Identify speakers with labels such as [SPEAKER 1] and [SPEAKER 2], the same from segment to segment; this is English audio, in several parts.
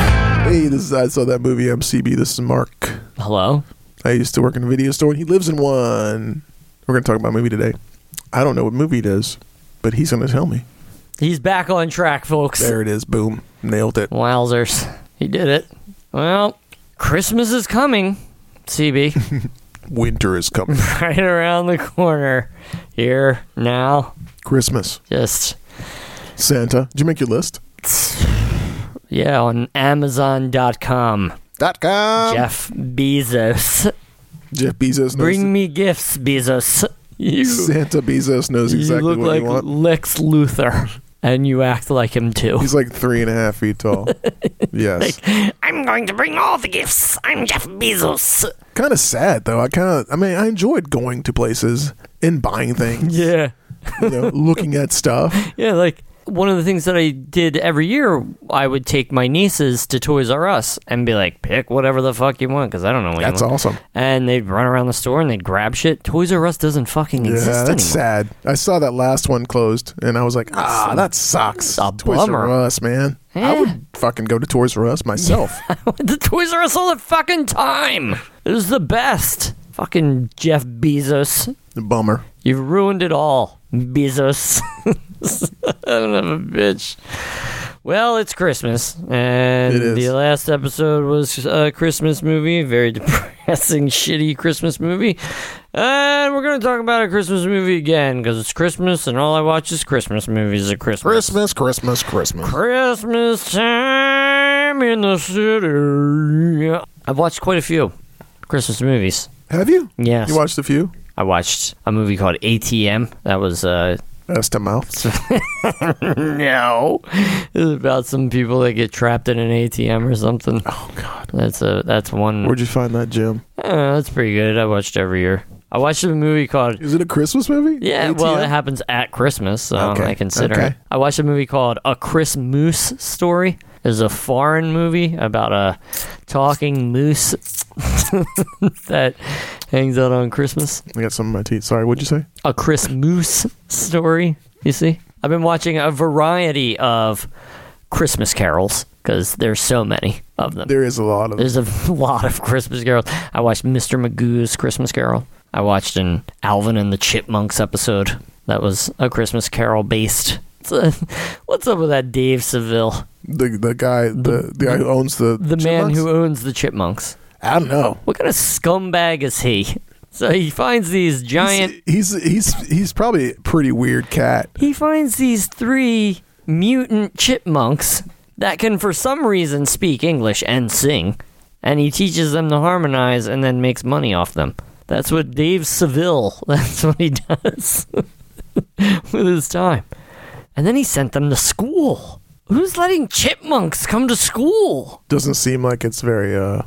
[SPEAKER 1] MCB. This is I saw that movie MCB. This is Mark.
[SPEAKER 2] Hello?
[SPEAKER 1] I used to work in a video store, and he lives in one. We're going to talk about a movie today. I don't know what movie it is, but he's going to tell me.
[SPEAKER 2] He's back on track, folks.
[SPEAKER 1] There it is. Boom. Nailed it.
[SPEAKER 2] Wowzers. He did it. Well, Christmas is coming, CB.
[SPEAKER 1] Winter is coming.
[SPEAKER 2] right around the corner. Here, now.
[SPEAKER 1] Christmas.
[SPEAKER 2] Just,
[SPEAKER 1] Santa. Did you make your list?
[SPEAKER 2] yeah, on Amazon.com.
[SPEAKER 1] Dot com.
[SPEAKER 2] Jeff Bezos.
[SPEAKER 1] Jeff Bezos knows.
[SPEAKER 2] Bring me gifts, Bezos. You,
[SPEAKER 1] Santa Bezos knows exactly
[SPEAKER 2] you look
[SPEAKER 1] what
[SPEAKER 2] like
[SPEAKER 1] you want.
[SPEAKER 2] Lex Luthor, and you act like him too.
[SPEAKER 1] He's like three and a half feet tall. yes.
[SPEAKER 2] I'm going to bring all the gifts. I'm Jeff Bezos.
[SPEAKER 1] Kind of sad though. I kind of. I mean, I enjoyed going to places and buying things.
[SPEAKER 2] Yeah.
[SPEAKER 1] you know, looking at stuff.
[SPEAKER 2] Yeah, like one of the things that I did every year, I would take my nieces to Toys R Us and be like, pick whatever the fuck you want because I don't know what
[SPEAKER 1] That's
[SPEAKER 2] you want.
[SPEAKER 1] awesome.
[SPEAKER 2] And they'd run around the store and they'd grab shit. Toys R Us doesn't fucking
[SPEAKER 1] Yeah,
[SPEAKER 2] exist
[SPEAKER 1] that's
[SPEAKER 2] anymore.
[SPEAKER 1] sad. I saw that last one closed, and I was like, ah, that sucks.
[SPEAKER 2] a
[SPEAKER 1] Toys
[SPEAKER 2] bummer.
[SPEAKER 1] R Us, man. I
[SPEAKER 2] Yeah.
[SPEAKER 1] would fucking go to Toys R Us myself.
[SPEAKER 2] the Toys R Us all the fucking time. It was the best. Fucking Jeff Bezos.
[SPEAKER 1] Bummer.
[SPEAKER 2] You've ruined it all, Bezos. Son of a bitch. Well, it's Christmas, and
[SPEAKER 1] It is.
[SPEAKER 2] the last episode was a Christmas movie, very depressing, shitty Christmas movie. And we're going to talk about a Christmas movie again because it's Christmas, and all I watch is Christmas movies at Christmas.
[SPEAKER 1] Christmas, Christmas, Christmas.
[SPEAKER 2] Christmas time in the city. I've watched quite a few Christmas movies.
[SPEAKER 1] Have you?
[SPEAKER 2] Yes.
[SPEAKER 1] You watched a few?
[SPEAKER 2] I watched a movie called ATM. That was uh,
[SPEAKER 1] Ass to mouth.
[SPEAKER 2] no. It's about some people that get trapped in an ATM or something.
[SPEAKER 1] Oh God.
[SPEAKER 2] That's a that's one.
[SPEAKER 1] Where'd you find that, Jim?
[SPEAKER 2] Uh, that's pretty good. I watched every year. I watched a movie called
[SPEAKER 1] Is it a Christmas movie?
[SPEAKER 2] yeah.
[SPEAKER 1] ATM?
[SPEAKER 2] Well, it happens at Christmas, so
[SPEAKER 1] Okay,
[SPEAKER 2] I consider
[SPEAKER 1] okay.
[SPEAKER 2] it. I watched a movie called A Chris Moose Story. It's a foreign movie about a talking moose that hangs out on Christmas.
[SPEAKER 1] I got some in my teeth. Sorry. What'd you say?
[SPEAKER 2] a Chris Moose story. You see, I've been watching a variety of Christmas carols because there's so many of them.
[SPEAKER 1] There is a lot of.
[SPEAKER 2] There's a lot of Christmas carols. I watched Mr. Magoo's Christmas Carol. I watched an Alvin and the Chipmunks episode that was a Christmas Carol based. It's a- What's up with that Dave Seville,
[SPEAKER 1] the the guy the, the guy who owns the
[SPEAKER 2] the man
[SPEAKER 1] chipmunks?
[SPEAKER 2] who owns the Chipmunks?
[SPEAKER 1] I don't know.
[SPEAKER 2] What kind of scumbag is he? So he finds these giant
[SPEAKER 1] He's he's he's probably a pretty weird cat.
[SPEAKER 2] he finds these three mutant chipmunks that can for some reason speak english and sing and he teaches them to harmonize and then makes money off them that's what dave seville that's what he does with his time and then he sent them to school who's letting chipmunks come to school
[SPEAKER 1] Doesn't seem like it's very uh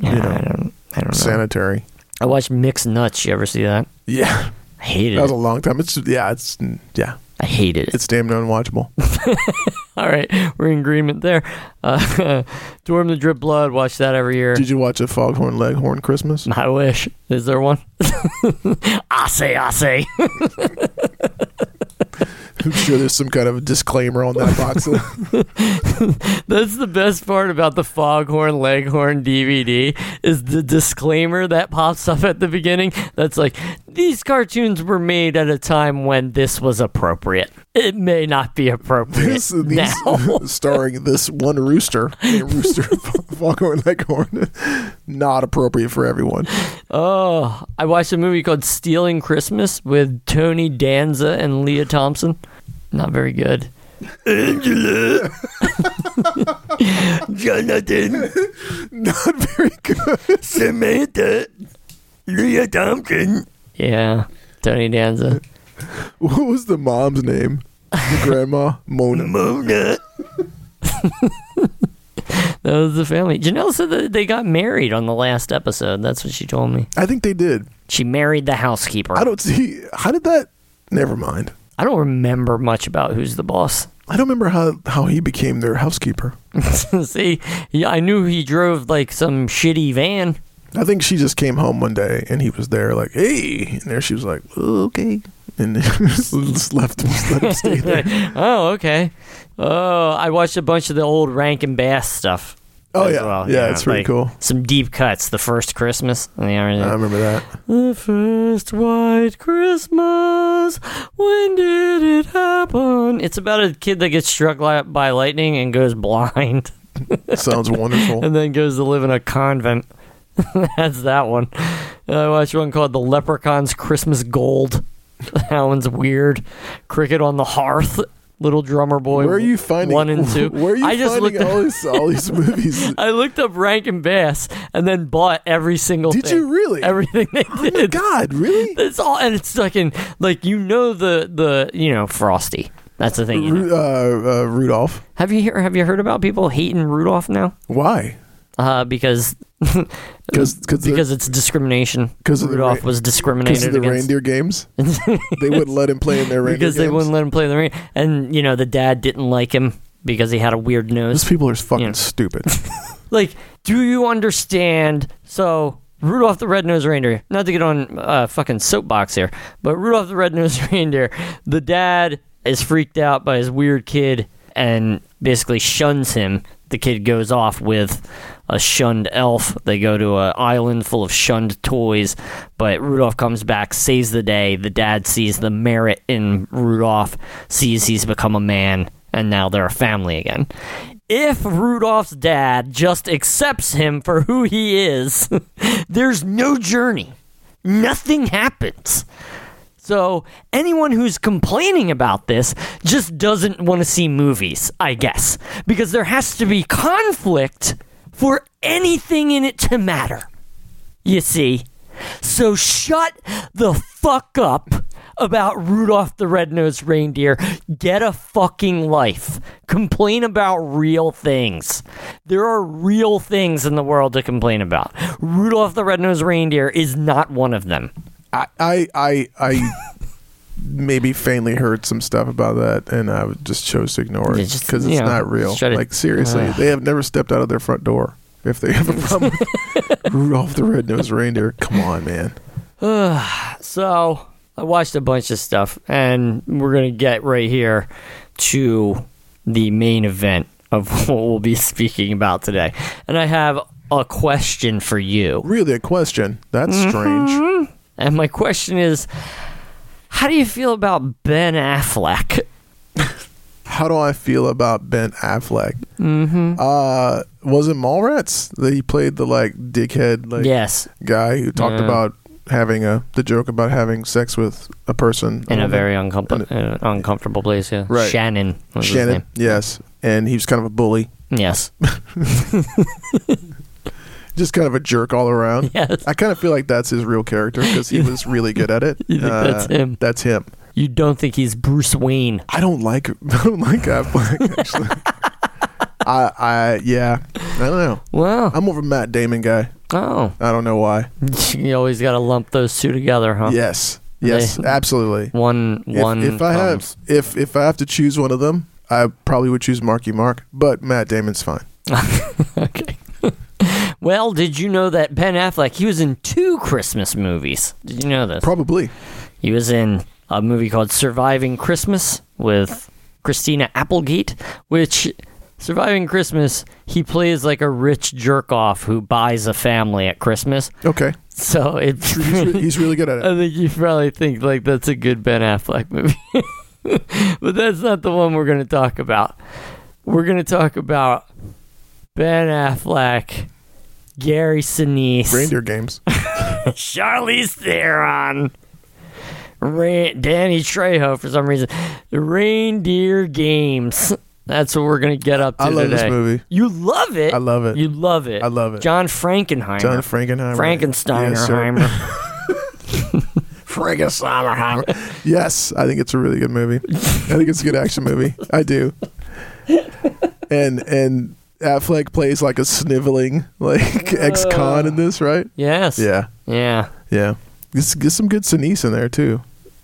[SPEAKER 2] yeah,
[SPEAKER 1] You know,
[SPEAKER 2] i don't i don't know
[SPEAKER 1] sanitary.
[SPEAKER 2] i watched mixed nuts you ever see that
[SPEAKER 1] Yeah,
[SPEAKER 2] i hated
[SPEAKER 1] that was a
[SPEAKER 2] it
[SPEAKER 1] long time. It's yeah, it's yeah,
[SPEAKER 2] i hated it
[SPEAKER 1] it's damn near unwatchable.
[SPEAKER 2] All right, we're in agreement there. Uh, Dorm the Drip Blood, watch that every year.
[SPEAKER 1] Did you watch a Foghorn Leghorn Christmas?
[SPEAKER 2] I wish. Is there one? I say, I say.
[SPEAKER 1] I'm sure there's some kind of disclaimer on that box.
[SPEAKER 2] That's the best part about the Foghorn Leghorn DVD is the disclaimer that pops up at the beginning. That's like these cartoons were made at a time when this was appropriate. It may not be appropriate
[SPEAKER 1] This- these-
[SPEAKER 2] now.
[SPEAKER 1] starring this one rooster, a rooster Foghorn Leghorn, not appropriate for everyone.
[SPEAKER 2] Oh, I watched a movie called Stealing Christmas with Tony Danza and Leah Thompson. Not very good.
[SPEAKER 1] Angela,
[SPEAKER 2] Jonathan,
[SPEAKER 1] not very good.
[SPEAKER 2] Samantha, Leah Thompson. Yeah, Tony Danza.
[SPEAKER 1] What was the mom's name? The grandma Mona.
[SPEAKER 2] Mona. that was the family. Janelle said that they got married on the last episode. That's what she told me.
[SPEAKER 1] I think they did.
[SPEAKER 2] She married the housekeeper.
[SPEAKER 1] I don't see how did that. Never mind.
[SPEAKER 2] I don't remember much about who's the boss.
[SPEAKER 1] I don't remember how how he became their housekeeper.
[SPEAKER 2] See, yeah, I knew he drove like some shitty van.
[SPEAKER 1] I think she just came home one day and he was there, like, hey. And there she was like, okay. And just left him, just let him stay there.
[SPEAKER 2] oh, okay. Oh, I watched a bunch of the old Rankin Bass stuff.
[SPEAKER 1] Oh
[SPEAKER 2] as
[SPEAKER 1] yeah, yeah,
[SPEAKER 2] well, you know,
[SPEAKER 1] it's pretty
[SPEAKER 2] like
[SPEAKER 1] coul cool.
[SPEAKER 2] Some deep cuts. The first Christmas. Oh, And they already-
[SPEAKER 1] I remember that.
[SPEAKER 2] the first white Christmas. When did it happen? It's about a kid that gets struck li- by lightning and goes blind,
[SPEAKER 1] Sounds wonderful.
[SPEAKER 2] and then goes to live in a convent. That's that one. And I watched one called "The Leprechaun's Christmas Gold." That one's weird. Cricket on the Hearth. Little drummer boy.
[SPEAKER 1] Where are you finding
[SPEAKER 2] one and two?
[SPEAKER 1] Where are you
[SPEAKER 2] I just
[SPEAKER 1] finding
[SPEAKER 2] looked up-
[SPEAKER 1] all these all these movies?
[SPEAKER 2] I looked up Rankin Bass and then bought every single
[SPEAKER 1] Did
[SPEAKER 2] thing.
[SPEAKER 1] you really?
[SPEAKER 2] Everything they
[SPEAKER 1] Oh my
[SPEAKER 2] did.
[SPEAKER 1] God, really?
[SPEAKER 2] It's all and it's fucking like you know the the you know Frosty. That's the thing. You know.
[SPEAKER 1] Ru- uh, uh, Rudolph.
[SPEAKER 2] Have you hear, have you heard about people hating Rudolph now?
[SPEAKER 1] Why?
[SPEAKER 2] Uh, because
[SPEAKER 1] Because because
[SPEAKER 2] Uh, because it's discrimination.
[SPEAKER 1] 'Cause of the
[SPEAKER 2] Rudolph
[SPEAKER 1] ra- because
[SPEAKER 2] was
[SPEAKER 1] of
[SPEAKER 2] discriminated
[SPEAKER 1] the
[SPEAKER 2] against
[SPEAKER 1] reindeer games. they wouldn't let him play in their reindeer
[SPEAKER 2] because they
[SPEAKER 1] games.
[SPEAKER 2] wouldn't let him play in the rain, and you know the dad didn't like him because he had a weird nose.
[SPEAKER 1] Those people are fucking
[SPEAKER 2] Yeah.
[SPEAKER 1] stupid.
[SPEAKER 2] like do you understand so rudolph the red-nosed reindeer not to get on uh, fucking soapbox here but rudolph the red-nosed reindeer the dad is freaked out by his weird kid and basically shuns him the kid goes off with a shunned elf they go to an island full of shunned toys but rudolph comes back saves the day the dad sees the merit in rudolph sees he's become a man and now they're a family again if Rudolph's dad just accepts him for who he is, there's no journey. Nothing happens. So, anyone who's complaining about this just doesn't want to see movies, I guess, because there has to be conflict for anything in it to matter. You see? So shut the fuck up about Rudolph the Red-Nosed Reindeer. Get a fucking life. Complain about real things. There are real things in the world to complain about. Rudolph the Red-Nosed Reindeer is not one of them.
[SPEAKER 1] I I I, I maybe faintly heard some stuff about that, and I would- just chose to ignore it
[SPEAKER 2] It's just,
[SPEAKER 1] because it's
[SPEAKER 2] you know,
[SPEAKER 1] not real.
[SPEAKER 2] just try to-
[SPEAKER 1] like seriously, they have never stepped out of their front door if they have a problem. with Rudolph the Red-Nosed Reindeer. Come on, man.
[SPEAKER 2] So I watched a bunch of stuff, and we're gonna get right here to the main event of what we'll be speaking about today. And I have a question for you.
[SPEAKER 1] Really, a question. That's
[SPEAKER 2] Mm-hmm.
[SPEAKER 1] strange.
[SPEAKER 2] And my question is how do you feel about Ben Affleck?
[SPEAKER 1] How do I feel about Ben Affleck? Mm-hmm. Uh, was it Mallrats that he played the like dickhead like
[SPEAKER 2] yes,
[SPEAKER 1] guy who talked
[SPEAKER 2] Yeah.
[SPEAKER 1] about having a the joke about having sex with a person
[SPEAKER 2] in a
[SPEAKER 1] Um,
[SPEAKER 2] very uncomfort- uh, uncomfortable place, yeah.
[SPEAKER 1] Right.
[SPEAKER 2] Shannon was his
[SPEAKER 1] Shannon,
[SPEAKER 2] name.
[SPEAKER 1] yes, and he was kind of a bully,
[SPEAKER 2] Yes.
[SPEAKER 1] just kind of a jerk all around.
[SPEAKER 2] Yes.
[SPEAKER 1] I kind of feel like that's his real character because he was really good at it. Uh,
[SPEAKER 2] You think that's him?
[SPEAKER 1] That's him.
[SPEAKER 2] You don't think he's Bruce Wayne?
[SPEAKER 1] I don't like. I don't like Affleck. Actually, I, I, yeah, I don't know.
[SPEAKER 2] Wow.
[SPEAKER 1] I'm over Matt Damon guy.
[SPEAKER 2] Oh.
[SPEAKER 1] I don't know why.
[SPEAKER 2] You always got to lump those two together, huh?
[SPEAKER 1] Yes, yes,
[SPEAKER 2] They-
[SPEAKER 1] absolutely.
[SPEAKER 2] One,
[SPEAKER 1] If,
[SPEAKER 2] one.
[SPEAKER 1] if I
[SPEAKER 2] comes.
[SPEAKER 1] have, if if I have to choose one of them, I probably would choose Marky Mark. But Matt Damon's fine.
[SPEAKER 2] okay. well, did you know that Ben Affleck? He was in two Christmas movies. Did you know this?
[SPEAKER 1] Probably.
[SPEAKER 2] He was in a movie called Surviving Christmas with Christina Applegate, which Surviving Christmas, he plays like a rich jerk off who buys a family at Christmas.
[SPEAKER 1] Okay.
[SPEAKER 2] So it
[SPEAKER 1] He's, re- he's really good at it.
[SPEAKER 2] I think you probably think like that's a good Ben Affleck movie. but that's not the one we're going to talk about. We're going to talk about Ben Affleck, Gary Sinise,
[SPEAKER 1] Reindeer games.
[SPEAKER 2] Charlize Theron, Ra- Danny Trejo for some reason, the Reindeer Games. That's what we're gonna get up to
[SPEAKER 1] I love this
[SPEAKER 2] today.
[SPEAKER 1] movie.
[SPEAKER 2] You love it.
[SPEAKER 1] I love it.
[SPEAKER 2] You love it.
[SPEAKER 1] I love it.
[SPEAKER 2] John Frankenheimer.
[SPEAKER 1] John Frankenheimer. Yes, sir.
[SPEAKER 2] Frankensteinerheimer.
[SPEAKER 1] Frankensteinerheimer. yes, I think it's a really good movie. I think it's a good action movie. I do. And and Affleck plays like a sniveling like ex-con in this, right?
[SPEAKER 2] yes.
[SPEAKER 1] Yeah,
[SPEAKER 2] Yeah.
[SPEAKER 1] yeah. There's, there's some good Sinise in there too.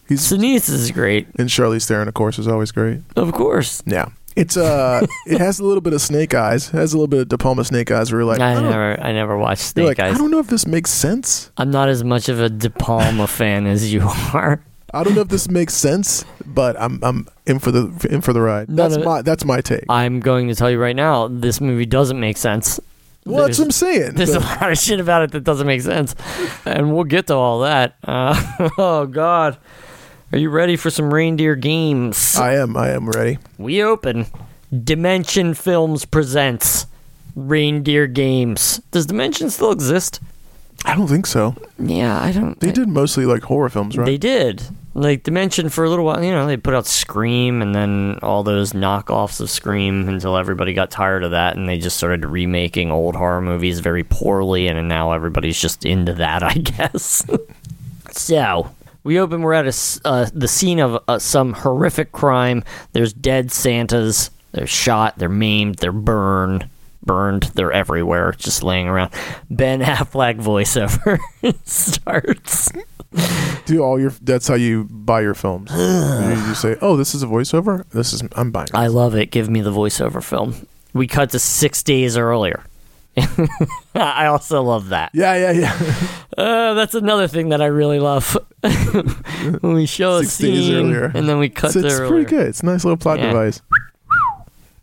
[SPEAKER 1] He's
[SPEAKER 2] Sinise is great.
[SPEAKER 1] and Charlize Theron, of course, is always great.
[SPEAKER 2] Of course.
[SPEAKER 1] Yeah. It's uh, it has a little bit of Snake Eyes. It has a little bit of De Palma Snake Eyes. Where you're like, I
[SPEAKER 2] I
[SPEAKER 1] don't-
[SPEAKER 2] never I never watched
[SPEAKER 1] you're
[SPEAKER 2] Snake
[SPEAKER 1] like, I
[SPEAKER 2] Eyes.
[SPEAKER 1] don't know if this makes sense.
[SPEAKER 2] I'm not as much of a De Palma fan as you are.
[SPEAKER 1] I don't know if this makes sense, but I'm I'm in for the in for the ride.
[SPEAKER 2] None
[SPEAKER 1] That's
[SPEAKER 2] of it-
[SPEAKER 1] my that's my take.
[SPEAKER 2] I'm going to tell you right now, this movie doesn't make sense.
[SPEAKER 1] Well, that's what I'm saying.
[SPEAKER 2] There's a
[SPEAKER 1] But
[SPEAKER 2] lot of shit about it that doesn't make sense, and we'll get to all that. Uh, oh God, are you ready for some reindeer games?
[SPEAKER 1] I am. I am ready.
[SPEAKER 2] we open. Dimension Films presents Reindeer Games. Does Dimension still exist?
[SPEAKER 1] I don't think so.
[SPEAKER 2] Yeah, I don't.
[SPEAKER 1] They did mostly like horror films, right?
[SPEAKER 2] They did. Like Dimension for a little while, you know, they put out Scream and then all those knockoffs of Scream until everybody got tired of that and they just started remaking old horror movies very poorly and now everybody's just into that, I guess. so, we open we're at a s uh, the scene of uh, some horrific crime. There's dead Santas. They're shot, they're maimed, they're burned. Burned, they're everywhere, just laying around. Ben Affleck voiceover starts.
[SPEAKER 1] do all your. That's how you buy your films. you, you say, "Oh, this is a voiceover. This is I'm buying." it."
[SPEAKER 2] I love it. Give me the voiceover film. We cut to six days earlier. I also love that.
[SPEAKER 1] yeah, yeah, yeah.
[SPEAKER 2] Uh, that's another thing that I really love. when we show
[SPEAKER 1] Six
[SPEAKER 2] a scene
[SPEAKER 1] days earlier.
[SPEAKER 2] and then we cut
[SPEAKER 1] it's it's
[SPEAKER 2] to earlier.
[SPEAKER 1] pretty good. It's a nice little plot
[SPEAKER 2] Yeah.
[SPEAKER 1] device.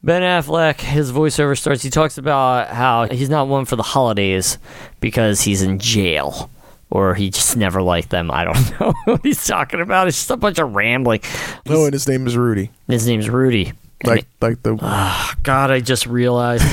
[SPEAKER 2] Ben Affleck, his voiceover starts. He talks about how he's not one for the holidays because he's in jail or he just never liked them. I don't know what he's talking about. It's just a bunch of rambling.
[SPEAKER 1] No, Oh, and his name is Rudy.
[SPEAKER 2] His name's Rudy. And
[SPEAKER 1] Like, like the
[SPEAKER 2] God, I just realized.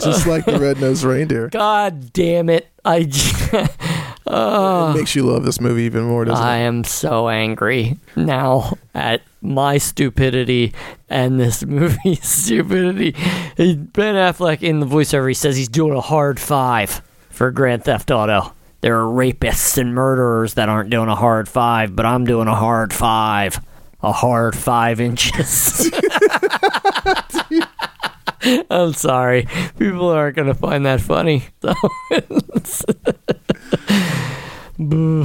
[SPEAKER 1] just like the red nosed reindeer.
[SPEAKER 2] God damn it. I. j- Uh.
[SPEAKER 1] it makes you love this movie even more, doesn't
[SPEAKER 2] I
[SPEAKER 1] it?
[SPEAKER 2] am so angry now at my stupidity and this movie's stupidity. Ben Affleck in the voiceover he says he's doing a hard five for Grand Theft Auto. There are rapists and murderers that aren't doing a hard five, but I'm doing a hard five. A hard five inches. I'm sorry. People aren't going to find that funny. So
[SPEAKER 1] You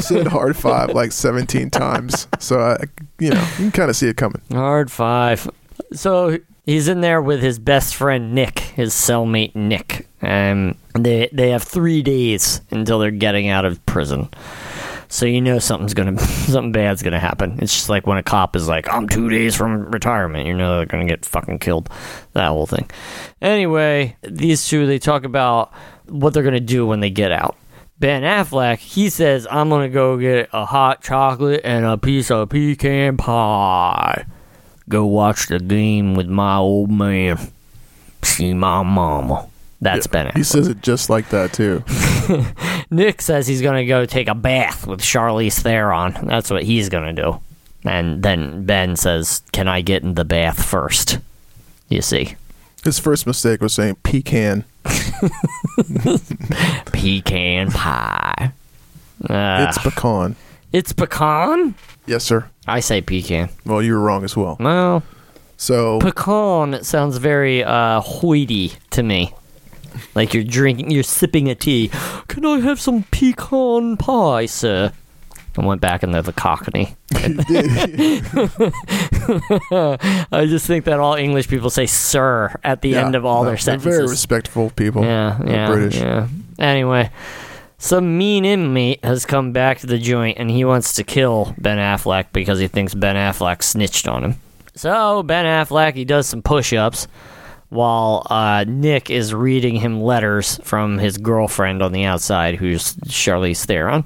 [SPEAKER 1] said hard five like 17 times, so I, you know, you can kind of see it coming.
[SPEAKER 2] Hard five. So he's in there with his best friend Nick, his cellmate Nick. Um, they they have three days until they're getting out of prison. So you know something's gonna something bad's gonna happen. It's just like when a cop is like, "I'm two days from retirement," you know they're gonna get fucking killed. That whole thing. Anyway, these two they talk about what they're gonna do when they get out. Ben Affleck, he says, "I'm gonna go get a hot chocolate and a piece of pecan pie." go watch the game with my old man. See my mama. That's Ben
[SPEAKER 1] He
[SPEAKER 2] Affleck.
[SPEAKER 1] says it just like that too.
[SPEAKER 2] Nick says he's gonna go take a bath with Charlize Theron. That's what he's gonna do. And then Ben says, "Can I get in the bath first? You see,
[SPEAKER 1] His first mistake was saying pecan.
[SPEAKER 2] pecan pie. Uh,
[SPEAKER 1] It's pecan.
[SPEAKER 2] it's pecan.
[SPEAKER 1] Yes, sir.
[SPEAKER 2] I say pecan.
[SPEAKER 1] Well, you were wrong as well.
[SPEAKER 2] Well,
[SPEAKER 1] So
[SPEAKER 2] pecan sounds very uh hoity to me like you're drinking you're sipping a tea can i have some pecan pie sir i went back into the cockney
[SPEAKER 1] you did.
[SPEAKER 2] i just think that all english people say sir at the
[SPEAKER 1] Yeah,
[SPEAKER 2] end of all
[SPEAKER 1] no,
[SPEAKER 2] their
[SPEAKER 1] they're
[SPEAKER 2] sentences
[SPEAKER 1] Very respectful people.
[SPEAKER 2] yeah
[SPEAKER 1] They're
[SPEAKER 2] yeah
[SPEAKER 1] British.
[SPEAKER 2] yeah anyway some mean inmate has come back to the joint and he wants to kill Ben Affleck because he thinks Ben Affleck snitched on him. So Ben Affleck he does some push-ups while uh, Nick is reading him letters from his girlfriend on the outside, who's Charlize Theron.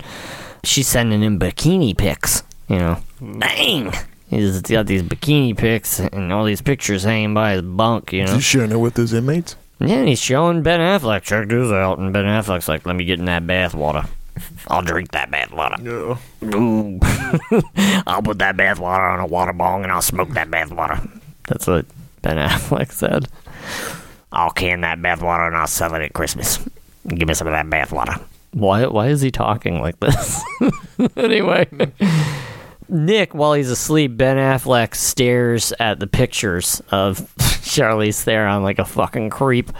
[SPEAKER 2] She's sending him bikini pics. You know,
[SPEAKER 1] Mm.
[SPEAKER 2] bang. He's got these bikini pics and all these pictures hanging by his bunk. You know,
[SPEAKER 1] You sharing it with those inmates?
[SPEAKER 2] yeah, and he's showing Ben Affleck, check this out. And Ben Affleck's like, let me get in that bath water. I'll drink that bath water.
[SPEAKER 1] No.
[SPEAKER 2] Ooh. I'll put that bath water on a water bong and I'll smoke that bath water. That's what Ben Affleck said. I'll can that bath water and I'll sell it at Christmas. Give me some of that bath water. Why, why is he talking like this? anyway. Nick, while he's asleep, Ben Affleck stares at the pictures of Charlize Theron like a fucking creep.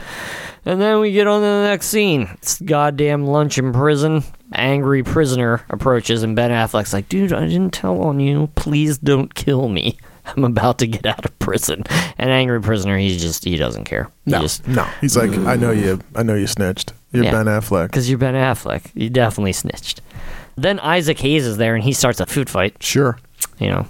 [SPEAKER 2] And then we get on to the next scene. It's goddamn lunch in prison. Angry prisoner approaches, and Ben Affleck's like, dude, I didn't tell on you. Please don't kill me. I'm about to get out of prison. And angry prisoner, he's just, he doesn't care. He
[SPEAKER 1] No.
[SPEAKER 2] just-
[SPEAKER 1] No. He's like, I know you. I know you snitched. You're
[SPEAKER 2] Yeah.
[SPEAKER 1] Ben Affleck.
[SPEAKER 2] because you're Ben Affleck. You definitely snitched. Then Isaac Hayes is there, and he starts a food fight.
[SPEAKER 1] Sure.
[SPEAKER 2] You know,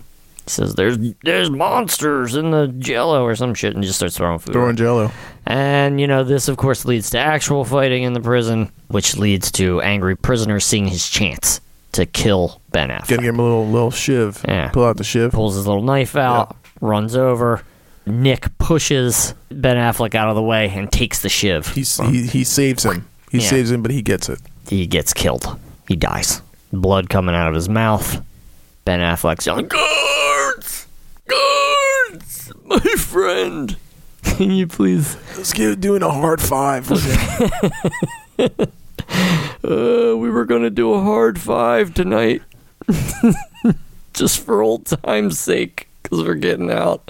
[SPEAKER 2] He says, "There's there's monsters in the Jello or some shit," and just starts throwing food.
[SPEAKER 1] Throwing jello.
[SPEAKER 2] And, you know, this, of course, leads to actual fighting in the prison, which leads to angry prisoners seeing his chance to kill Ben Affleck.
[SPEAKER 1] Gonna give him a little little shiv.
[SPEAKER 2] Yeah.
[SPEAKER 1] Pull out the shiv.
[SPEAKER 2] Pulls his little knife out, runs over. Nick pushes Ben Affleck out of the way and takes the shiv.
[SPEAKER 1] He s- he he saves him. He
[SPEAKER 2] Yeah.
[SPEAKER 1] saves him, but he gets it.
[SPEAKER 2] he gets killed. He dies. Blood coming out of his mouth. Ben Affleck's yelling, Guards! Guards! My friend! Can you please?
[SPEAKER 1] Let's get doing a hard five. with him.
[SPEAKER 2] Uh, we were gonna do a hard five tonight. Just for old time's sake, because we're getting out.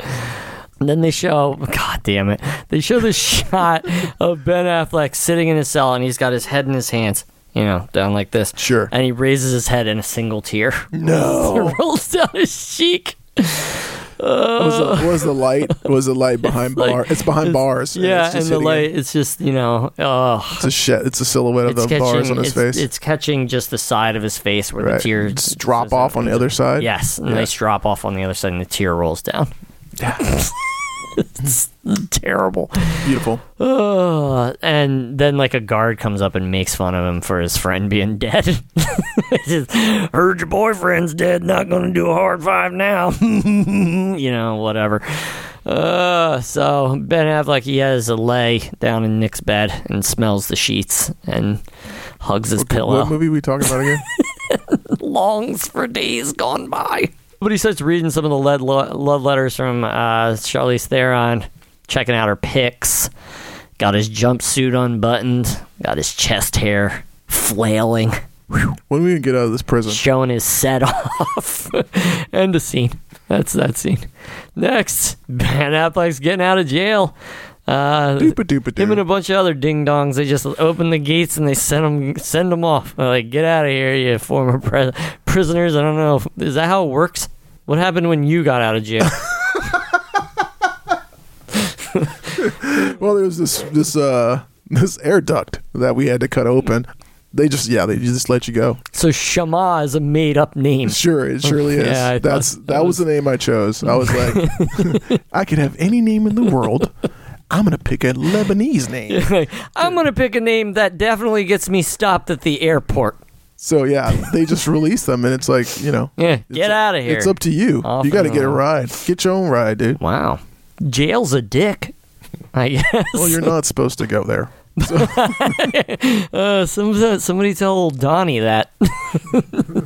[SPEAKER 2] And then they show, god damn it, they show the shot of Ben Affleck sitting in his cell and he's got his head in his hands, you know, down like this.
[SPEAKER 1] Sure.
[SPEAKER 2] And he raises his head in a single tear.
[SPEAKER 1] no.
[SPEAKER 2] rolls down his cheek. Uh,
[SPEAKER 1] was, the, was the light? Was the light behind
[SPEAKER 2] like-
[SPEAKER 1] bar? It's behind bars.
[SPEAKER 2] Yeah,
[SPEAKER 1] it's
[SPEAKER 2] and
[SPEAKER 1] just
[SPEAKER 2] the
[SPEAKER 1] hitting him.
[SPEAKER 2] light, it's just, you know, oh.
[SPEAKER 1] It's a sh- It's a silhouette of
[SPEAKER 2] It's
[SPEAKER 1] the
[SPEAKER 2] catching,
[SPEAKER 1] bars on his
[SPEAKER 2] it's,
[SPEAKER 1] face.
[SPEAKER 2] it's catching just the side of his face where
[SPEAKER 1] right.
[SPEAKER 2] the tears
[SPEAKER 1] Just drop off on the other side.
[SPEAKER 2] Yes, and
[SPEAKER 1] Yeah.
[SPEAKER 2] nice drop off on the other side, and the tear rolls down. it's terrible.
[SPEAKER 1] Beautiful.
[SPEAKER 2] Ugh. and then, like, a guard comes up and makes fun of him for his friend being dead. It's just, Heard your boyfriend's dead, not gonna do a hard five now. you know, whatever. Uh, so, Ben Affleck, he has a lay down in Nick's bed and smells the sheets and hugs his pillow
[SPEAKER 1] What movie are we talking about again?
[SPEAKER 2] longs for days gone by. But he starts reading some of the lead lo- love letters from uh, Charlize Theron, checking out her pics. Got his jumpsuit unbuttoned. Got his chest hair flailing,
[SPEAKER 1] when we even get out of this prison?
[SPEAKER 2] showing his set off. End of scene. That's that scene. Next, Ben Affleck's getting out of jail. Uh,
[SPEAKER 1] Doopa doopa
[SPEAKER 2] him and a
[SPEAKER 1] doo.
[SPEAKER 2] bunch of other ding dongs. They just open the gates and they send them send them off. They're like, get out of here, you former pre- prisoners. I don't know. if- Is that how it works? What happened when you got out of jail?
[SPEAKER 1] Well, there was this this uh this air duct that we had to cut open. They just yeah they just let you go.
[SPEAKER 2] so Shama is a made up name.
[SPEAKER 1] Sure, it surely is.
[SPEAKER 2] Yeah, I thought
[SPEAKER 1] That's
[SPEAKER 2] that
[SPEAKER 1] that was the name I chose. I was like, I could have any name in the world. I'm gonna pick a Lebanese name.
[SPEAKER 2] Like, I'm gonna pick a name that definitely gets me stopped at the airport.
[SPEAKER 1] So yeah, they just release them, and it's like you know,
[SPEAKER 2] Yeah,
[SPEAKER 1] it's
[SPEAKER 2] get
[SPEAKER 1] up-
[SPEAKER 2] out of here.
[SPEAKER 1] It's up to you.
[SPEAKER 2] Off
[SPEAKER 1] you got to
[SPEAKER 2] and
[SPEAKER 1] get a
[SPEAKER 2] on.
[SPEAKER 1] ride. Get your own ride, dude.
[SPEAKER 2] wow, jail's a dick. I guess.
[SPEAKER 1] Well, you're not supposed to go there.
[SPEAKER 2] Uh, some, somebody tell old Donnie that.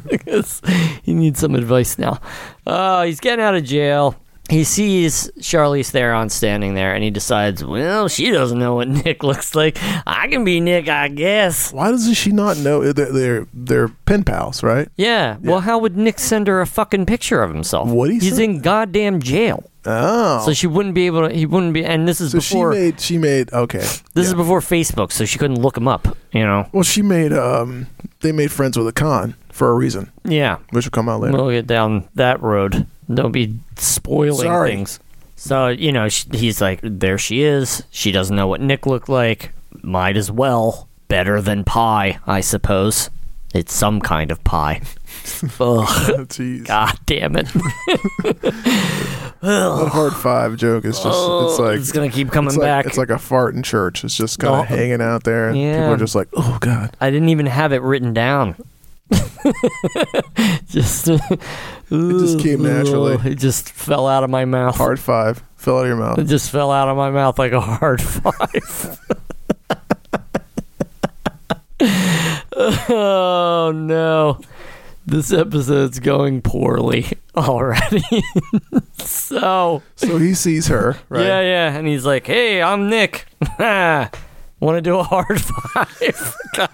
[SPEAKER 2] because he needs some advice now. Uh, he's getting out of jail. He sees Charlize Theron standing there and he decides, well, she doesn't know what Nick looks like. I can be Nick, I guess.
[SPEAKER 1] Why does she not know they're they're, they're pen pals, right?
[SPEAKER 2] Yeah, well, how would Nick send her a fucking picture of himself?
[SPEAKER 1] What'd he
[SPEAKER 2] He's
[SPEAKER 1] say?
[SPEAKER 2] in goddamn jail.
[SPEAKER 1] Oh,
[SPEAKER 2] So she wouldn't be able to, he wouldn't be, and this is
[SPEAKER 1] so
[SPEAKER 2] before.
[SPEAKER 1] she made she made okay.
[SPEAKER 2] this is before Facebook, so she couldn't look him up, you know?
[SPEAKER 1] Well, she made um they made friends with a con for a reason,
[SPEAKER 2] Yeah.
[SPEAKER 1] which will come out later.
[SPEAKER 2] We'll get down that road. Don't be spoiling
[SPEAKER 1] Sorry.
[SPEAKER 2] things. So you know, sh he's like, there she is. She doesn't know what Nick looked like. Might as well. Better than pie, I suppose. It's some kind of pie. Ugh,
[SPEAKER 1] Jeez.
[SPEAKER 2] God damn it!
[SPEAKER 1] That hard five joke is just it's like
[SPEAKER 2] Oh, it's gonna keep coming
[SPEAKER 1] it's like,
[SPEAKER 2] back.
[SPEAKER 1] it's like a fart in church. It's just kind
[SPEAKER 2] Oh.
[SPEAKER 1] of hanging out there, and
[SPEAKER 2] Yeah.
[SPEAKER 1] people are just like, "Oh God,
[SPEAKER 2] I didn't even have it written down. just it
[SPEAKER 1] just came naturally.
[SPEAKER 2] It just fell out of my mouth.
[SPEAKER 1] hard five fell out of your
[SPEAKER 2] It
[SPEAKER 1] mouth."
[SPEAKER 2] just fell out of my mouth like a hard five. oh no. This episode's going poorly already. so,
[SPEAKER 1] So he sees her, right?
[SPEAKER 2] yeah, yeah. And he's like, hey, I'm Nick. Want to do a hard five? God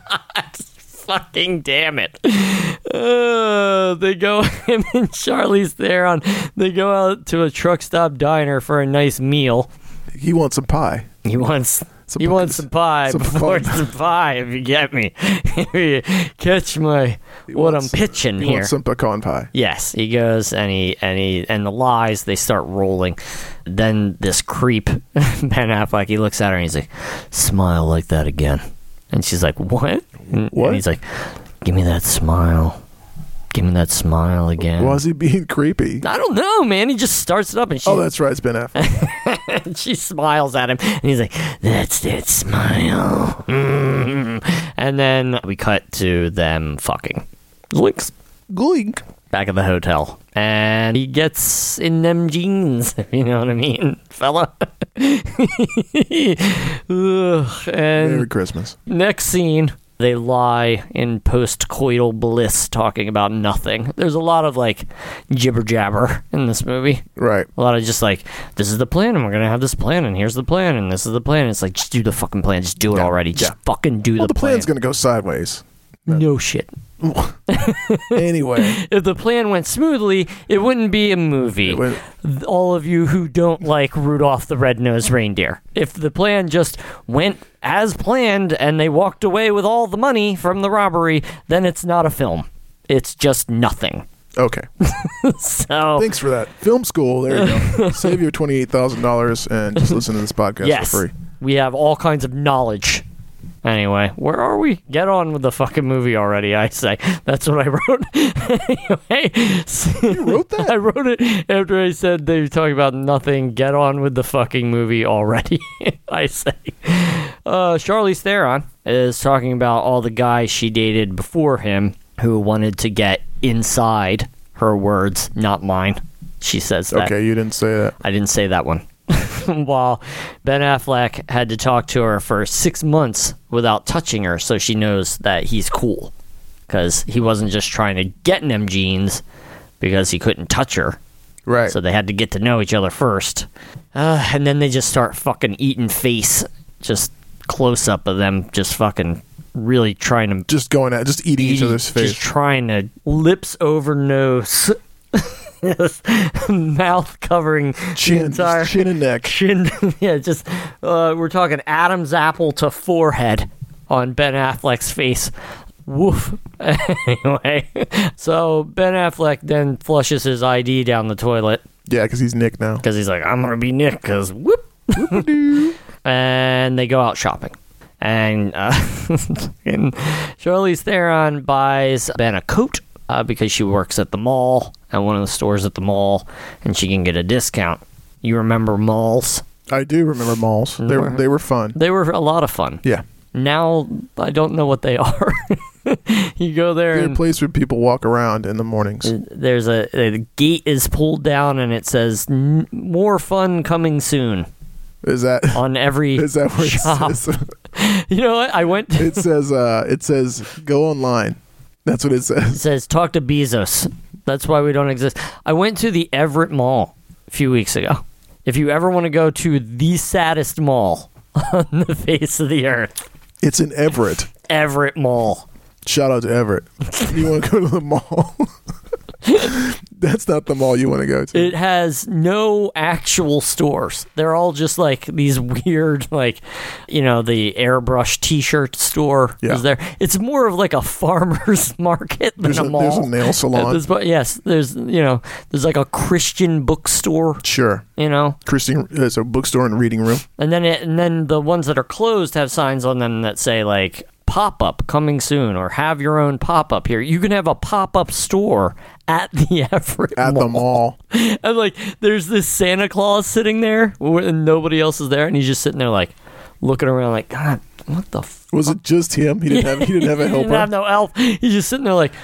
[SPEAKER 2] fucking damn it. Uh, they go, him and Charlie's there on, they go out to a truck stop diner for a nice meal.
[SPEAKER 1] He wants some pie.
[SPEAKER 2] He wants
[SPEAKER 1] Some
[SPEAKER 2] he
[SPEAKER 1] pu-
[SPEAKER 2] wants some pie
[SPEAKER 1] some
[SPEAKER 2] before
[SPEAKER 1] fun.
[SPEAKER 2] some pie. If you get me, If you catch my what
[SPEAKER 1] wants-
[SPEAKER 2] I'm pitching
[SPEAKER 1] He
[SPEAKER 2] here.
[SPEAKER 1] wants some pecan pie.
[SPEAKER 2] Yes, he goes and he and he and the lies they start rolling. Then this creep Ben Affleck he looks at her and he's like, "Smile like that again," and she's like, "What?" And, and
[SPEAKER 1] What?
[SPEAKER 2] he's like, "Give me that smile, give me that smile again.
[SPEAKER 1] Was he being creepy?
[SPEAKER 2] I don't know, man. He just starts it up and she
[SPEAKER 1] Oh, that's right. It's Ben Affleck.
[SPEAKER 2] and she smiles at him and he's like, "That's that smile." Mm. And then we cut to them fucking. Zoinks.
[SPEAKER 1] Glink.
[SPEAKER 2] back at the hotel. And he gets in them jeans, if you know what I mean, fella. Ugh.
[SPEAKER 1] Merry
[SPEAKER 2] And
[SPEAKER 1] Christmas.
[SPEAKER 2] next scene, they lie in post coital bliss talking about nothing. There's a lot of like jibber jabber in this movie.
[SPEAKER 1] Right.
[SPEAKER 2] A lot of just like, this is the plan, and we're gonna have this plan, and here's the plan, and this is the plan. It's like, just do the fucking plan, just do it already, just
[SPEAKER 1] yeah.
[SPEAKER 2] fucking do
[SPEAKER 1] Well,
[SPEAKER 2] the,
[SPEAKER 1] the
[SPEAKER 2] plan.
[SPEAKER 1] plan's going to go sideways.
[SPEAKER 2] no shit.
[SPEAKER 1] Anyway,
[SPEAKER 2] If the plan went smoothly, it wouldn't be a movie.
[SPEAKER 1] it went-
[SPEAKER 2] th- all of you who don't like Rudolph the Red-Nosed Reindeer. If the plan just went as planned and they walked away with all the money from the robbery, then it's not a film. It's just nothing.
[SPEAKER 1] okay.
[SPEAKER 2] So
[SPEAKER 1] Thanks for that. Film school. There you go. Save your $28,000 and just listen to this podcast
[SPEAKER 2] yes,
[SPEAKER 1] for free.
[SPEAKER 2] we have all kinds of knowledge. Anyway, where are we? Get on with the fucking movie already, I say. That's what I wrote. anyway,
[SPEAKER 1] You wrote that?
[SPEAKER 2] I wrote it after I said they were talking about nothing. Get on with the fucking movie already. I say. Uh, Charlize Theron is talking about all the guys she dated before him who wanted to get inside her words, not mine. She says that.
[SPEAKER 1] Okay, you didn't say that.
[SPEAKER 2] I didn't say that one. While Ben Affleck had to talk to her for six months without touching her, so she knows that he's cool. Because he wasn't just trying to get in them jeans because he couldn't touch her.
[SPEAKER 1] Right.
[SPEAKER 2] So they had to get to know each other first. Uh, and then they just start fucking eating face. Just close up of them just fucking really trying to
[SPEAKER 1] just going at just eating each
[SPEAKER 2] eat-
[SPEAKER 1] other's
[SPEAKER 2] Just
[SPEAKER 1] face.
[SPEAKER 2] trying to lips over nose. mouth covering the
[SPEAKER 1] Chin,
[SPEAKER 2] entire
[SPEAKER 1] just chin and neck.
[SPEAKER 2] chin. yeah, just uh, we're talking Adam's apple to forehead on Ben Affleck's face. Woof. anyway, so Ben Affleck then flushes his ID down the toilet
[SPEAKER 1] Yeah, because he's Nick now.
[SPEAKER 2] because he's like, I'm gonna be Nick, because whoop. and they go out shopping, and uh, and Charlize Theron buys Ben a coat uh, because she works at the mall at one of the stores at the mall, and she can get a discount. You remember malls?
[SPEAKER 1] I do remember malls. They were they were fun.
[SPEAKER 2] They were a lot of fun.
[SPEAKER 1] Yeah,
[SPEAKER 2] Now I don't know what they are. you go there
[SPEAKER 1] they're a
[SPEAKER 2] and Mm.
[SPEAKER 1] place where people walk around in the mornings.
[SPEAKER 2] there's a the gate is pulled down and it says "N- more fun coming soon
[SPEAKER 1] Is that
[SPEAKER 2] on every
[SPEAKER 1] is that where it
[SPEAKER 2] shop.
[SPEAKER 1] says?
[SPEAKER 2] You know what? I went. To,
[SPEAKER 1] It
[SPEAKER 2] it
[SPEAKER 1] says uh, it says go online. That's what it says.
[SPEAKER 2] says talk to Bezos. That's why we don't exist. I went to the Everett Mall a few weeks ago. If you ever want to go to the saddest mall on the face of the earth,
[SPEAKER 1] It's in Everett.
[SPEAKER 2] Everett Mall.
[SPEAKER 1] Shout out to Everett. You want to go to the mall? That's not the mall you want to go to.
[SPEAKER 2] It has no actual stores. They're all just like these weird, like, you know, the airbrush t shirt store
[SPEAKER 1] Yeah.
[SPEAKER 2] is there. It's more of like a farmer's market than
[SPEAKER 1] There's
[SPEAKER 2] a,
[SPEAKER 1] a,
[SPEAKER 2] mall.
[SPEAKER 1] there's a nail
[SPEAKER 2] At
[SPEAKER 1] salon.
[SPEAKER 2] this point, yes, there's, you know, there's like a Christian bookstore,
[SPEAKER 1] Sure,
[SPEAKER 2] you know,
[SPEAKER 1] Christine. Uh, so bookstore and reading room.
[SPEAKER 2] and then it, and then the ones that are closed have signs on them that say like pop up coming soon or have your own pop up here. You can have a pop up store at the Everett
[SPEAKER 1] At
[SPEAKER 2] Mall.
[SPEAKER 1] the mall,
[SPEAKER 2] And like, there's this Santa Claus sitting there, where- and nobody else is there, and he's just sitting there like looking around, like God, what the? F-?
[SPEAKER 1] was it just him? He didn't have. He didn't have a
[SPEAKER 2] He didn't
[SPEAKER 1] helper.
[SPEAKER 2] have no elf. He's just sitting there like,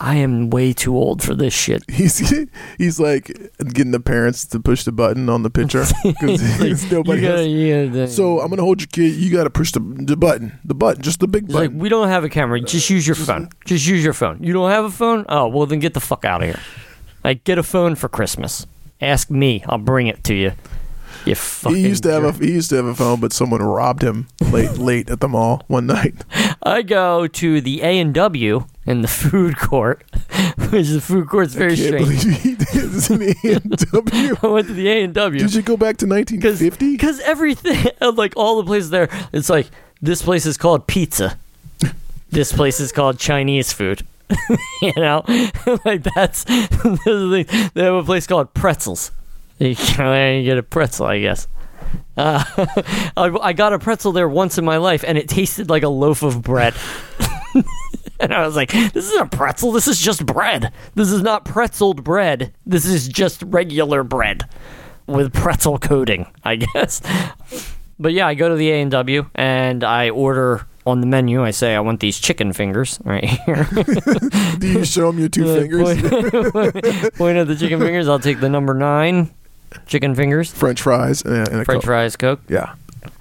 [SPEAKER 2] I am way too old for this shit.
[SPEAKER 1] he's he's like getting the parents to push the button on the picture because nobody.
[SPEAKER 2] You gotta-
[SPEAKER 1] else.
[SPEAKER 2] you gotta-
[SPEAKER 1] So I'm gonna hold your kid. You gotta push the the button, the button, just the big
[SPEAKER 2] He's like,
[SPEAKER 1] button.
[SPEAKER 2] we don't have a camera. Just use your phone. Just use your phone. You don't have a phone? Oh, well, then get the fuck out of here. Like, get a phone for Christmas. Ask me. I'll bring it to you. You fucking.
[SPEAKER 1] he used to have
[SPEAKER 2] jerk.
[SPEAKER 1] a he used to have a phone, but someone robbed him late late at the mall one night.
[SPEAKER 2] I go to the A and W in the food court, which the food courtt's very
[SPEAKER 1] Can't
[SPEAKER 2] strange.
[SPEAKER 1] believe he did this in the AMW.
[SPEAKER 2] I went to the A and W
[SPEAKER 1] Did you go back to 1950?
[SPEAKER 2] because everything, like all the places there, it's like this place is called pizza, this place is called Chinese food. you know, like that's those are the things. they have a place called pretzels. You go there and you get a pretzel, I guess. Uh, I, I got a pretzel there once in my life, and it tasted like a loaf of bread. and I was like, this is a pretzel. This is just bread. This is not pretzeled bread. This is just regular bread with pretzel coating, I guess. But yeah, I go to the A and W and I order on the menu. I say I want these chicken fingers right here.
[SPEAKER 1] Do you show him your two
[SPEAKER 2] Uh,
[SPEAKER 1] fingers?
[SPEAKER 2] Point, point at the chicken fingers. I'll take the number nine chicken fingers,
[SPEAKER 1] French fries and a, and a
[SPEAKER 2] French
[SPEAKER 1] Coke.
[SPEAKER 2] fries, Coke.
[SPEAKER 1] Yeah.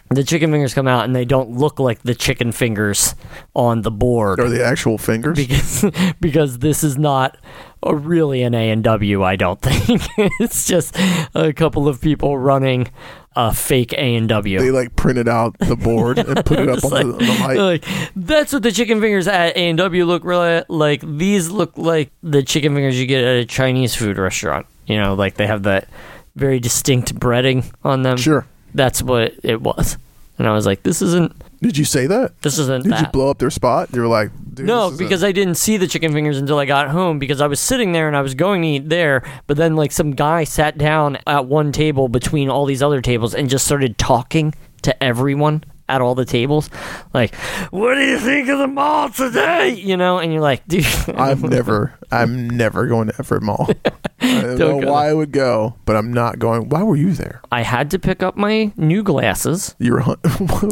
[SPEAKER 2] The chicken fingers come out and they don't look like the chicken fingers on the board
[SPEAKER 1] Or the actual fingers.
[SPEAKER 2] because because this is not a, really an A and W. I don't think it's just a couple of people running a fake A and
[SPEAKER 1] they
[SPEAKER 2] W.
[SPEAKER 1] like printed out the board and put it up on the, on the light.
[SPEAKER 2] Like that's what the chicken fingers at A and W look really like. These look like the chicken fingers you get at a Chinese food restaurant. You know, like they have that very distinct breading on them.
[SPEAKER 1] Sure.
[SPEAKER 2] that's what it was. And I was like, this isn't.
[SPEAKER 1] Did you say that?
[SPEAKER 2] This isn't
[SPEAKER 1] Did
[SPEAKER 2] that.
[SPEAKER 1] you blow up their spot? They were like, Dude,
[SPEAKER 2] No,
[SPEAKER 1] this isn't-
[SPEAKER 2] because I didn't see the chicken fingers until I got home because I was sitting there and I was going to eat there, but then like some guy sat down at one table between all these other tables and just started talking to everyone at all the tables. Like, what do you think of the mall today? You know, and you're like, dude
[SPEAKER 1] I'm never, I'm never going to Everett Mall. I don't,
[SPEAKER 2] Don't
[SPEAKER 1] know
[SPEAKER 2] go.
[SPEAKER 1] why I would go, but I'm not going. Why were you there?
[SPEAKER 2] I had to pick up my new glasses
[SPEAKER 1] You were hunt-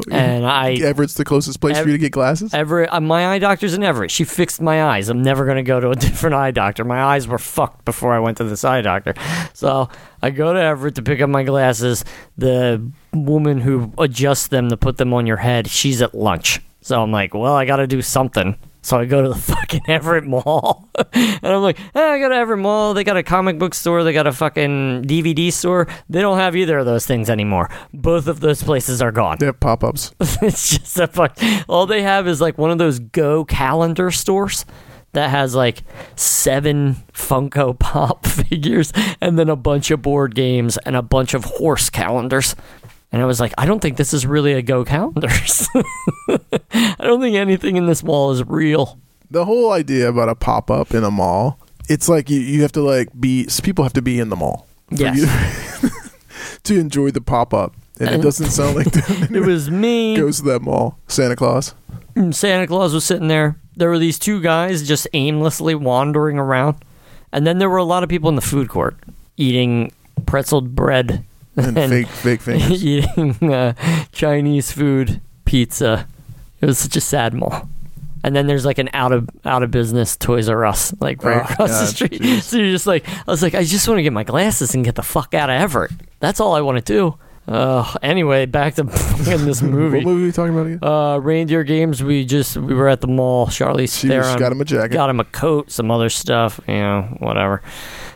[SPEAKER 2] and I
[SPEAKER 1] Everett's the closest place for you to get glasses.
[SPEAKER 2] Everett, uh, my eye doctor's in Everett. She fixed my eyes. I'm never going to go to a different eye doctor. My eyes were fucked before I went to this eye doctor. So I go to Everett to pick up my glasses. The woman who adjusts them to put them on your head, she's at lunch. So I'm like, well, I got to do something. So I go to the fucking Everett Mall. and I'm like, eh, I go to Everett Mall. They got a comic book store. They got a fucking DVD store. They don't have either of those things anymore. Both of those places are gone
[SPEAKER 1] they have pop-ups.
[SPEAKER 2] it's just a fuck. All they have is like one of those Go calendar stores that has like seven Funko Pop figures and then a bunch of board games and a bunch of horse calendars. And I was like, I don't think this is really a Go calendars. I don't think anything in this mall is real.
[SPEAKER 1] the whole idea about a pop-up in a mall. It's like you, you have to like be s- people have to be in the mall for
[SPEAKER 2] Yes.
[SPEAKER 1] you- to enjoy the pop-up, and it doesn't sound like that
[SPEAKER 2] It was me.
[SPEAKER 1] goes to that mall. Santa Claus.
[SPEAKER 2] Santa Claus was sitting there. There were these two guys just aimlessly wandering around. And then there were a lot of people in the food court eating pretzeled bread
[SPEAKER 1] and, fake fake fingers.
[SPEAKER 2] eating uh, Chinese food, pizza. It was such a sad mall. And then there's like an out of out of business Toys R Us like right
[SPEAKER 1] Oh,
[SPEAKER 2] across the
[SPEAKER 1] God,
[SPEAKER 2] street. So you're just like, I was like, I just want to get my glasses and get the fuck out of Everett. That's all I want to do. Uh, anyway, back to fucking this movie.
[SPEAKER 1] What movie are you talking about again?
[SPEAKER 2] Uh, reindeer games. We just we were at the mall. Charlize
[SPEAKER 1] She just
[SPEAKER 2] Theron
[SPEAKER 1] got him a jacket.
[SPEAKER 2] got him a coat, some other stuff, you know, whatever.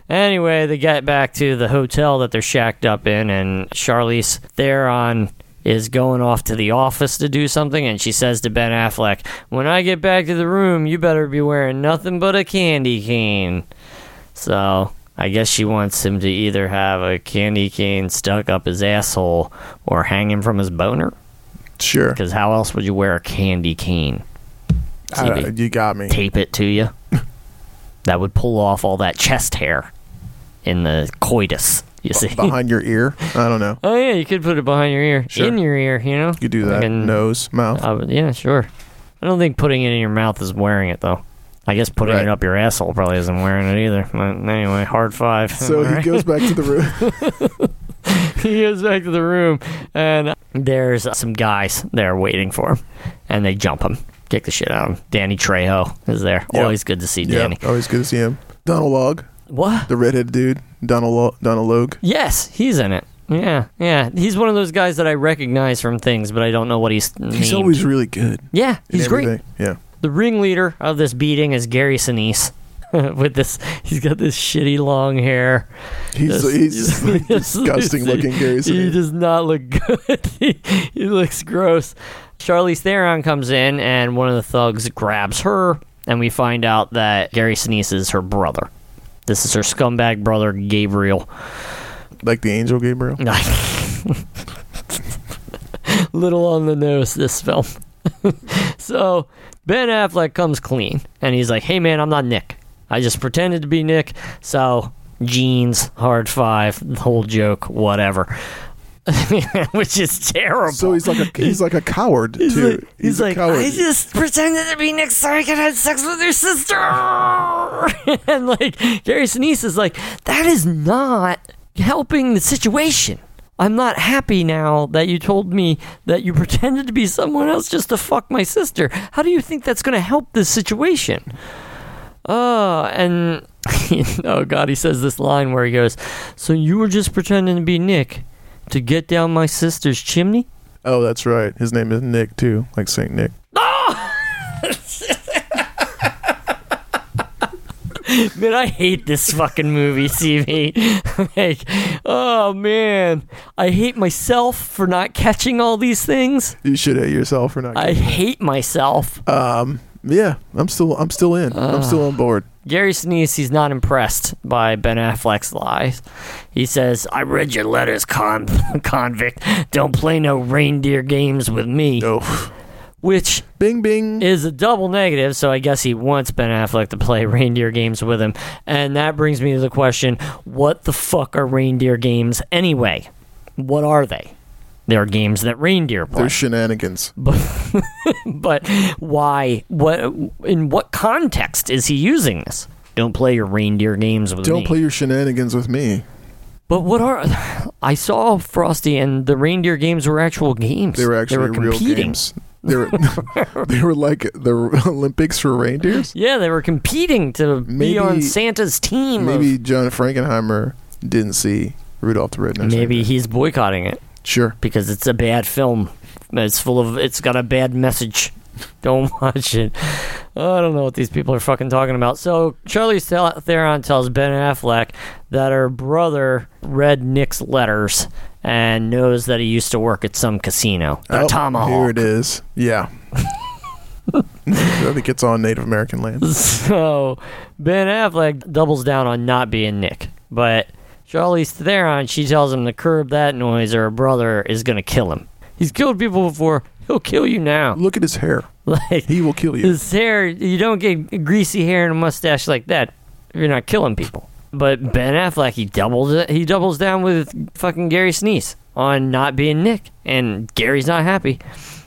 [SPEAKER 2] Anyway, they get back to the hotel that they're shacked up in, and Charlize Theron is going off to the office to do something, and she says to Ben Affleck, "When I get back to the room, you better be wearing nothing but a candy cane." So I guess she wants him to either have a candy cane stuck up his asshole or hang him from his boner.
[SPEAKER 1] Sure.
[SPEAKER 2] Because how else would you wear a candy cane?
[SPEAKER 1] I
[SPEAKER 2] TV.
[SPEAKER 1] don't- you got me.
[SPEAKER 2] Tape it to you. that would pull off all that chest hair in the coitus. You see?
[SPEAKER 1] Behind your ear. I don't know.
[SPEAKER 2] oh yeah, you could put it behind your ear,
[SPEAKER 1] Sure.
[SPEAKER 2] in your ear. You know?
[SPEAKER 1] You could do that.
[SPEAKER 2] Fucking- Uh,
[SPEAKER 1] Nose, mouth.
[SPEAKER 2] I would- yeah, sure. I don't think putting it in your mouth is wearing it though. I guess putting
[SPEAKER 1] Right.
[SPEAKER 2] it up your asshole probably isn't wearing it either. But anyway, hard five.
[SPEAKER 1] so
[SPEAKER 2] All
[SPEAKER 1] he
[SPEAKER 2] right.
[SPEAKER 1] goes back to the room.
[SPEAKER 2] he goes back to the room and there's some guys there waiting for him and they jump him kick the shit out of him danny trejo is there
[SPEAKER 1] Yeah.
[SPEAKER 2] always good to see danny
[SPEAKER 1] yeah. Always good to see him. Donald Log,
[SPEAKER 2] what
[SPEAKER 1] the redheaded dude. Donald Lo- Donald Logue.
[SPEAKER 2] yes he's in it yeah yeah he's one of those guys that i recognize from things but i don't know what he's
[SPEAKER 1] He's
[SPEAKER 2] named.
[SPEAKER 1] always really good.
[SPEAKER 2] yeah
[SPEAKER 1] in
[SPEAKER 2] he's great
[SPEAKER 1] everything. Yeah.
[SPEAKER 2] the ringleader of this beating is gary sinise with this he's got this shitty long hair
[SPEAKER 1] He's
[SPEAKER 2] Yes,
[SPEAKER 1] he's like
[SPEAKER 2] yes,
[SPEAKER 1] disgusting
[SPEAKER 2] yes,
[SPEAKER 1] looking Gary
[SPEAKER 2] He
[SPEAKER 1] Sinise.
[SPEAKER 2] does not look good. he, he looks gross. Charlize Theron comes in, and one of the thugs grabs her, and we find out that Gary Sinise is her brother. This is her scumbag brother, Gabriel.
[SPEAKER 1] like the angel Gabriel.
[SPEAKER 2] Little on the nose, this film. so Ben Affleck comes clean and he's like, hey man, I'm not Nick. I just pretended to be Nick. So jeans, hard five, the whole joke, whatever. which is terrible.
[SPEAKER 1] So he's like a he's like a coward
[SPEAKER 2] He's
[SPEAKER 1] too.
[SPEAKER 2] like, he's
[SPEAKER 1] a
[SPEAKER 2] like,
[SPEAKER 1] coward.
[SPEAKER 2] I just pretended to be Nick so I could have sex with your sister. and like Gary Sinise is like, that is not helping the situation. I'm not happy now that you told me that you pretended to be someone else just to fuck my sister. How do you think that's going to help this situation? Uh, and oh god, he says this line where he goes, "So you were just pretending to be Nick to get down my sister's chimney?"
[SPEAKER 1] oh, that's right. His name is Nick too, like Saint Nick.
[SPEAKER 2] Man, I hate this fucking movie, CV. like, oh man, I hate myself for not catching all these things.
[SPEAKER 1] You should hate yourself for not.
[SPEAKER 2] I hate myself.
[SPEAKER 1] um. Yeah, I'm still I'm still in.
[SPEAKER 2] Uh.
[SPEAKER 1] I'm still on board.
[SPEAKER 2] Gary Sinise, he's not impressed by Ben Affleck's lies. He says, "I read your letters, con- convict. Don't play no reindeer games with me,"
[SPEAKER 1] Oh,
[SPEAKER 2] which
[SPEAKER 1] Bing Bing.
[SPEAKER 2] is a double negative, so I guess he wants Ben Affleck to play reindeer games with him. And that brings me to the question what the fuck are reindeer games anyway? What are they? They're games that reindeer play.
[SPEAKER 1] They're shenanigans.
[SPEAKER 2] but why? What? In what context is he using this? Don't play your reindeer games with
[SPEAKER 1] Don't
[SPEAKER 2] me.
[SPEAKER 1] play your shenanigans with me.
[SPEAKER 2] but what are? I saw Frosty and the reindeer games were actual games.
[SPEAKER 1] They were actually real
[SPEAKER 2] competing.
[SPEAKER 1] games. They were they were like the Olympics for reindeers.
[SPEAKER 2] Yeah, they were competing to be
[SPEAKER 1] Maybe-
[SPEAKER 2] on Santa's team. of-
[SPEAKER 1] Maybe John Frankenheimer didn't see Rudolph the Red-Nosed
[SPEAKER 2] Maybe
[SPEAKER 1] Reindeer.
[SPEAKER 2] he's boycotting it
[SPEAKER 1] Sure.
[SPEAKER 2] because it's a bad film. It's full of. It's got a bad message. Don't watch it. Oh, I don't know what these people are fucking talking about. So Charlie Theron tells Ben Affleck that her brother read Nick's letters and knows that he used to work at some casino. The
[SPEAKER 1] Oh,
[SPEAKER 2] Tomahawk.
[SPEAKER 1] Here it is. Yeah. I think it's on Native American land.
[SPEAKER 2] So Ben Affleck doubles down on not being Nick, but Charlize Theron she tells him to curb that noise, or her brother is gonna kill him. He's killed people before. He'll kill you now.
[SPEAKER 1] Look at his hair.
[SPEAKER 2] Like
[SPEAKER 1] He will kill you.
[SPEAKER 2] his hair, you don't get greasy hair and a mustache like that if you're not killing people. But Ben Affleck he doubles it. He doubles down with fucking Gary Sinise on not being Nick, and Gary's not happy.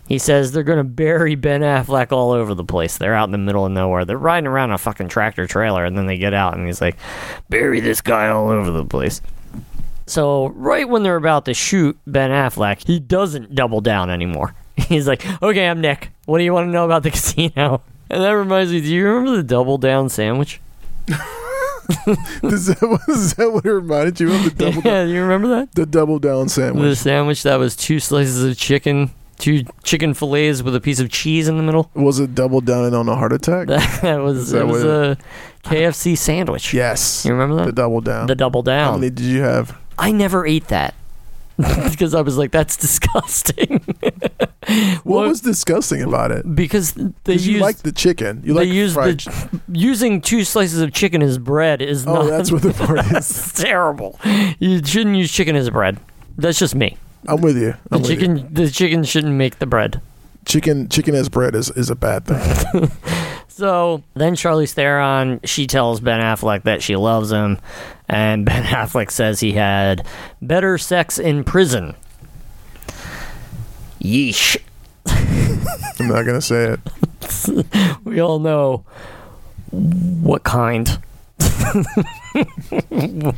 [SPEAKER 2] He says they're going to bury Ben Affleck all over the place. They're out in the middle of nowhere. They're riding around on a fucking tractor trailer, and then they get out, and he's like, bury this guy all over the place. So, right when they're about to shoot Ben Affleck, he doesn't double down anymore. He's like, okay, I'm Nick. What do you want to know about the casino? And that reminds me, do you remember the double down sandwich?
[SPEAKER 1] Is that, what, is that what it reminded you of? The double,
[SPEAKER 2] yeah, you remember that?
[SPEAKER 1] the double down
[SPEAKER 2] The
[SPEAKER 1] sandwich.
[SPEAKER 2] sandwich that was two slices of chicken, two chicken fillets with a piece of cheese in the middle.
[SPEAKER 1] Was it double down on a heart attack?
[SPEAKER 2] That was,
[SPEAKER 1] that
[SPEAKER 2] it was
[SPEAKER 1] what
[SPEAKER 2] a KFC sandwich.
[SPEAKER 1] yes.
[SPEAKER 2] You remember that?
[SPEAKER 1] The double down.
[SPEAKER 2] The double
[SPEAKER 1] How
[SPEAKER 2] down.
[SPEAKER 1] many did you have?
[SPEAKER 2] I never ate that because I was like, that's disgusting.
[SPEAKER 1] What
[SPEAKER 2] Well,
[SPEAKER 1] was disgusting about it?
[SPEAKER 2] because they
[SPEAKER 1] 'Cause
[SPEAKER 2] used
[SPEAKER 1] you like the chicken. You
[SPEAKER 2] they
[SPEAKER 1] like
[SPEAKER 2] used
[SPEAKER 1] fried
[SPEAKER 2] the using two slices of chicken as bread is
[SPEAKER 1] Oh,
[SPEAKER 2] not
[SPEAKER 1] that's what the part is.
[SPEAKER 2] that's terrible. You shouldn't use chicken as bread. That's just me.
[SPEAKER 1] I'm with you.
[SPEAKER 2] The
[SPEAKER 1] I'm with you.
[SPEAKER 2] chicken the chicken shouldn't make the bread.
[SPEAKER 1] Chicken, chicken as bread is, is a bad thing.
[SPEAKER 2] So then Charlize Theron, she tells Ben Affleck that she loves him, and Ben Affleck says he had better sex in prison. Yeesh.
[SPEAKER 1] I'm not gonna say it.
[SPEAKER 2] We all know what kind. we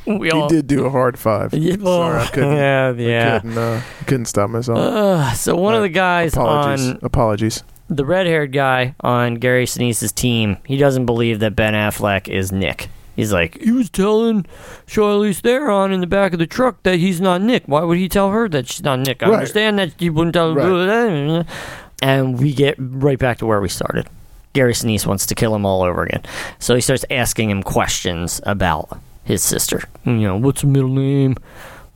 [SPEAKER 1] He
[SPEAKER 2] all
[SPEAKER 1] did do a hard five.
[SPEAKER 2] Yeah, well,
[SPEAKER 1] Sorry, I couldn't.
[SPEAKER 2] yeah, yeah.
[SPEAKER 1] Couldn't, uh, couldn't stop myself.
[SPEAKER 2] Ugh, so one of the guys
[SPEAKER 1] Apologies.
[SPEAKER 2] on
[SPEAKER 1] Apologies.
[SPEAKER 2] the red-haired guy on Gary Sinise's team, he doesn't believe that Ben Affleck is Nick. He's like, he was telling Charlize Theron in the back of the truck that he's not Nick. Why would he tell her that she's not Nick? I
[SPEAKER 1] Right.
[SPEAKER 2] understand that you wouldn't tell her. And we get right back to where we started. Gary Sinise wants to kill him all over again. So he starts asking him questions about his sister. You know, what's her middle name?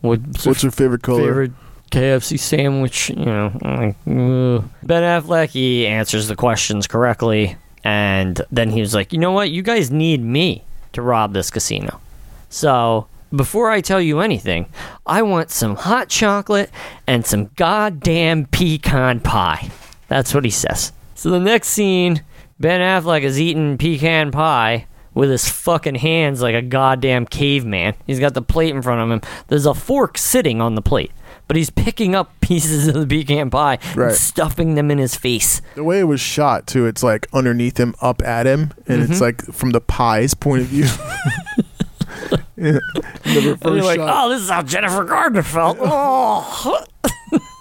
[SPEAKER 2] What's her
[SPEAKER 1] What's your favorite color?
[SPEAKER 2] favorite KFC sandwich. You know, like, ugh. Ben Affleck he answers the questions correctly, and then he was like, "You know what? You guys need me to rob this casino. So before I tell you anything, I want some hot chocolate and some goddamn pecan pie." That's what he says. So the next scene, Ben Affleck is eating pecan pie with his fucking hands like a goddamn caveman. He's got the plate in front of him. There's a fork sitting on the plate. but he's picking up pieces of the pecan pie
[SPEAKER 1] Right.
[SPEAKER 2] and stuffing them in his face.
[SPEAKER 1] The way it was shot too, it's like underneath him, up at him, and
[SPEAKER 2] Mm-hmm.
[SPEAKER 1] it's like from the pie's point of view. Yeah. In the
[SPEAKER 2] And
[SPEAKER 1] reverse
[SPEAKER 2] you're like,
[SPEAKER 1] shot,
[SPEAKER 2] oh, this is how Jennifer Gardner felt. Oh.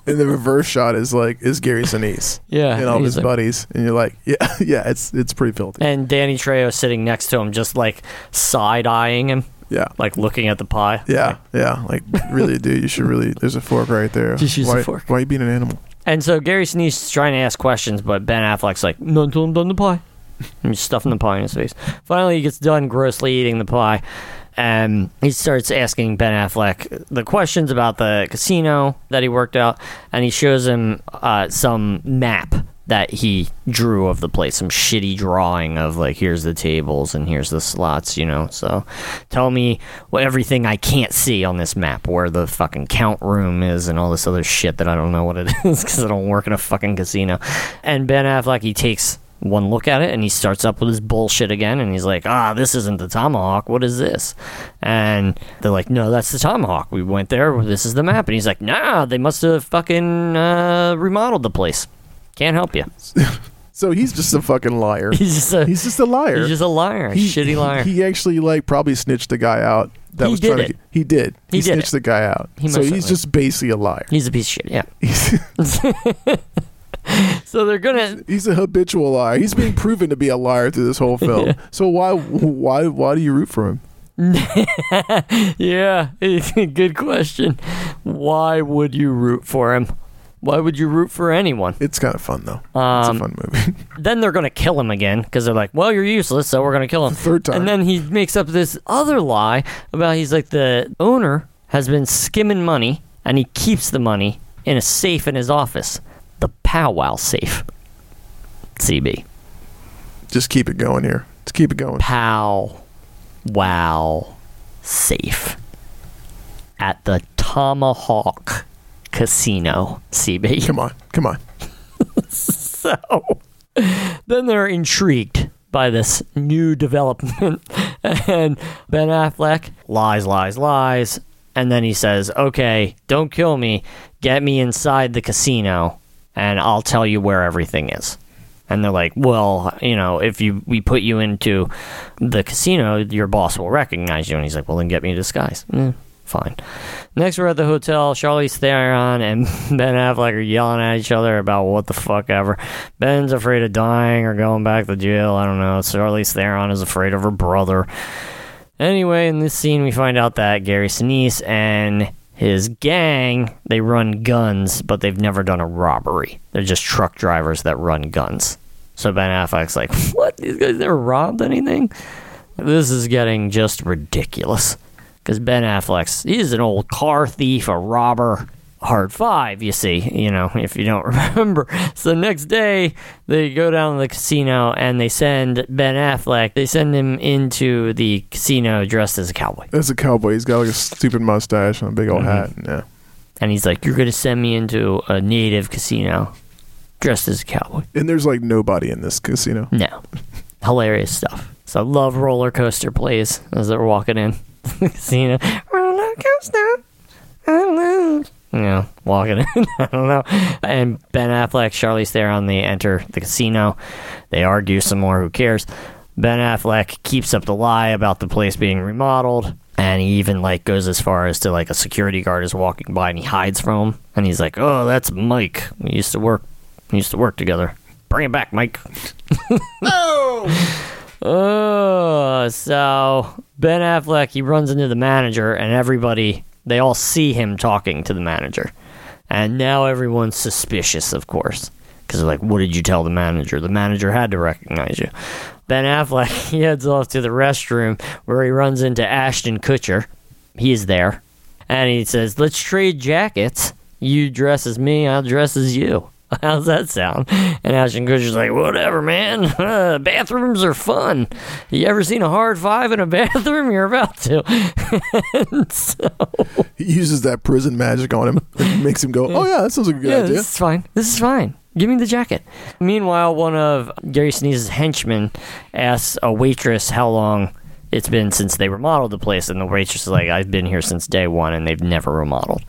[SPEAKER 1] and the reverse shot is like is Gary Sinise
[SPEAKER 2] Yeah.
[SPEAKER 1] and all
[SPEAKER 2] he's
[SPEAKER 1] his
[SPEAKER 2] like-
[SPEAKER 1] buddies, and you're like, yeah, yeah, it's it's pretty filthy.
[SPEAKER 2] And Danny Trejo sitting next to him, just like side eyeing him,
[SPEAKER 1] Yeah,
[SPEAKER 2] like looking at the pie.
[SPEAKER 1] yeah, yeah. Like really, dude, you should really. There's a fork right there.
[SPEAKER 2] Just use the
[SPEAKER 1] why,
[SPEAKER 2] fork.
[SPEAKER 1] Why are you being an animal?
[SPEAKER 2] And so Gary Sinise is trying to ask questions, but Ben Affleck's like, "Not until I'm done the pie." And he's stuffing the pie in his face. Finally, he gets done grossly eating the pie, and he starts asking Ben Affleck the questions about the casino that he worked out, and he shows him uh, some map that he drew of the place, some shitty drawing of like, here's the tables and here's the slots, you know. So, tell me what everything I can't see on this map, where the fucking count room is and all this other shit that I don't know what it is because I don't work in a fucking casino. And Ben Affleck, he takes one look at it and he starts up with his bullshit again and he's like, ah, this isn't the tomahawk. What is this? And they're like, no, that's the tomahawk. We went there. This is the map. And he's like, nah, they must have fucking uh, remodeled the place. Can't help you.
[SPEAKER 1] So he's just a fucking liar.
[SPEAKER 2] He's just a,
[SPEAKER 1] He's just a liar.
[SPEAKER 2] he's just a liar, a
[SPEAKER 1] He-
[SPEAKER 2] shitty liar.
[SPEAKER 1] He, he actually like probably snitched the guy out that
[SPEAKER 2] He
[SPEAKER 1] was
[SPEAKER 2] did
[SPEAKER 1] trying
[SPEAKER 2] it.
[SPEAKER 1] to. He did.
[SPEAKER 2] He did
[SPEAKER 1] snitched the guy out.
[SPEAKER 2] He
[SPEAKER 1] so
[SPEAKER 2] most
[SPEAKER 1] he's
[SPEAKER 2] certainly-
[SPEAKER 1] just basically a liar.
[SPEAKER 2] he's a piece of shit. Yeah.
[SPEAKER 1] He's,
[SPEAKER 2] So they're gonna
[SPEAKER 1] he's a habitual liar. He's being proven to be a liar through this whole film. So why why why do you root for him?
[SPEAKER 2] yeah, good question. Why would you root for him? Why would you root for anyone?
[SPEAKER 1] It's kind of fun though. it's a
[SPEAKER 2] Um,
[SPEAKER 1] fun movie.
[SPEAKER 2] then they're gonna kill him again because they're like, "Well, you're useless, so we're gonna kill him."
[SPEAKER 1] Third time.
[SPEAKER 2] And then he makes up this other lie about he's like the owner has been skimming money and he keeps the money in a safe in his office, the powwow safe. CB
[SPEAKER 1] just keep it going here. Just keep it going.
[SPEAKER 2] pow wow safe at the Tomahawk Casino, CB.
[SPEAKER 1] Come on, come on.
[SPEAKER 2] So then they're intrigued by this new development. and Ben Affleck lies, lies, lies. And then he says, Okay, don't kill me. Get me inside the casino and I'll tell you where everything is. And they're like, Well, you know, if you we put you into the casino, your boss will recognize you. And he's like, Well, then get me a disguise. Mm, fine. Next, we're at the hotel. Charlize Theron and Ben Affleck are yelling at each other about what the fuck ever. Ben's afraid of dying or going back to jail. I don't know. Charlize Theron is afraid of her brother. Anyway, in this scene, we find out that Gary Sinise and his gang they run guns, but they've never done a robbery. They're just truck drivers that run guns. So Ben Affleck's like, "What? These guys never robbed anything." This is getting just ridiculous. Because Ben Affleck's, he's an old car thief, a robber. Hard five, you see, you know, if you don't remember. So next day, they go down to the casino and they send Ben Affleck, they send him into the casino dressed as a cowboy.
[SPEAKER 1] That's a cowboy. He's got like a stupid mustache and a big old hat.
[SPEAKER 2] Mm-hmm.
[SPEAKER 1] Yeah.
[SPEAKER 2] And he's like, You're going to send me into a native casino dressed as a cowboy.
[SPEAKER 1] And there's like nobody in this casino.
[SPEAKER 2] No. Hilarious stuff. So I love roller coaster plays as they're walking in the casino. Roller coaster. I love. You know, walking in. I don't know. And Ben Affleck, Charlize Theron, they enter the casino. They argue some more. Who cares? Ben Affleck keeps up the lie about the place being remodeled. And he even like goes as far as to like a security guard is walking by and he hides from him. And he's like, "Oh, that's Mike. We used to work. We used to work together. Bring him back, Mike." Oh, so Ben Affleck he runs into the manager, and everybody they all see him talking to the manager, and now everyone's suspicious, of course, because they're like, "What did you tell the manager?" The manager had to recognize you. Ben Affleck he heads off to the restroom where he runs into Ashton Kutcher. He is there, and he says, "Let's trade jackets. You dress as me, I'll dress as you." How's that sound? And Ashton Kutcher's like, "Whatever, man. bathrooms are fun. You ever seen a hard five in a bathroom? You're about to." And so,
[SPEAKER 1] He uses that prison magic on him. It makes him go, oh yeah, that sounds like a good
[SPEAKER 2] yeah,
[SPEAKER 1] idea.
[SPEAKER 2] this is fine. This is fine. Give me the jacket. Meanwhile, one of Gary Sneeze's henchmen asks a waitress how long it's been since they remodeled the place, and the waitress is like, "I've been here since day one, and they've never remodeled."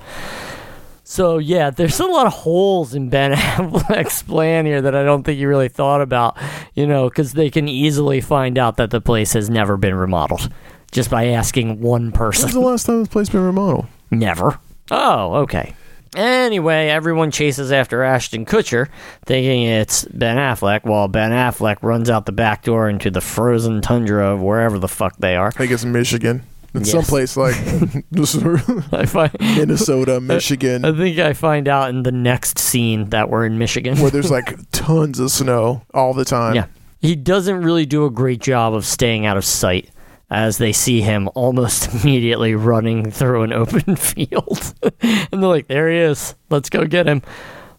[SPEAKER 2] So yeah, there's a lot of holes in Ben Affleck's plan here that I don't think you really thought about, you know, because they can easily find out that the place has never been remodeled just by asking one
[SPEAKER 1] When's
[SPEAKER 2] person.
[SPEAKER 1] the last time this place been remodeled?
[SPEAKER 2] Never. Oh, okay. Anyway, everyone chases after Ashton Kutcher, thinking it's Ben Affleck, while Ben Affleck runs out the back door into the frozen tundra of wherever the fuck they are.
[SPEAKER 1] I think it's Michigan. It's
[SPEAKER 2] Yes.
[SPEAKER 1] someplace like just
[SPEAKER 2] I, find,
[SPEAKER 1] Minnesota,
[SPEAKER 2] I
[SPEAKER 1] Michigan,
[SPEAKER 2] think I find out in the next scene that we're in Michigan.
[SPEAKER 1] where there's like tons of snow all the time.
[SPEAKER 2] Yeah. He doesn't really do a great job of staying out of sight as they see him almost immediately running through an open field. and they're like, there he is. Let's go get him.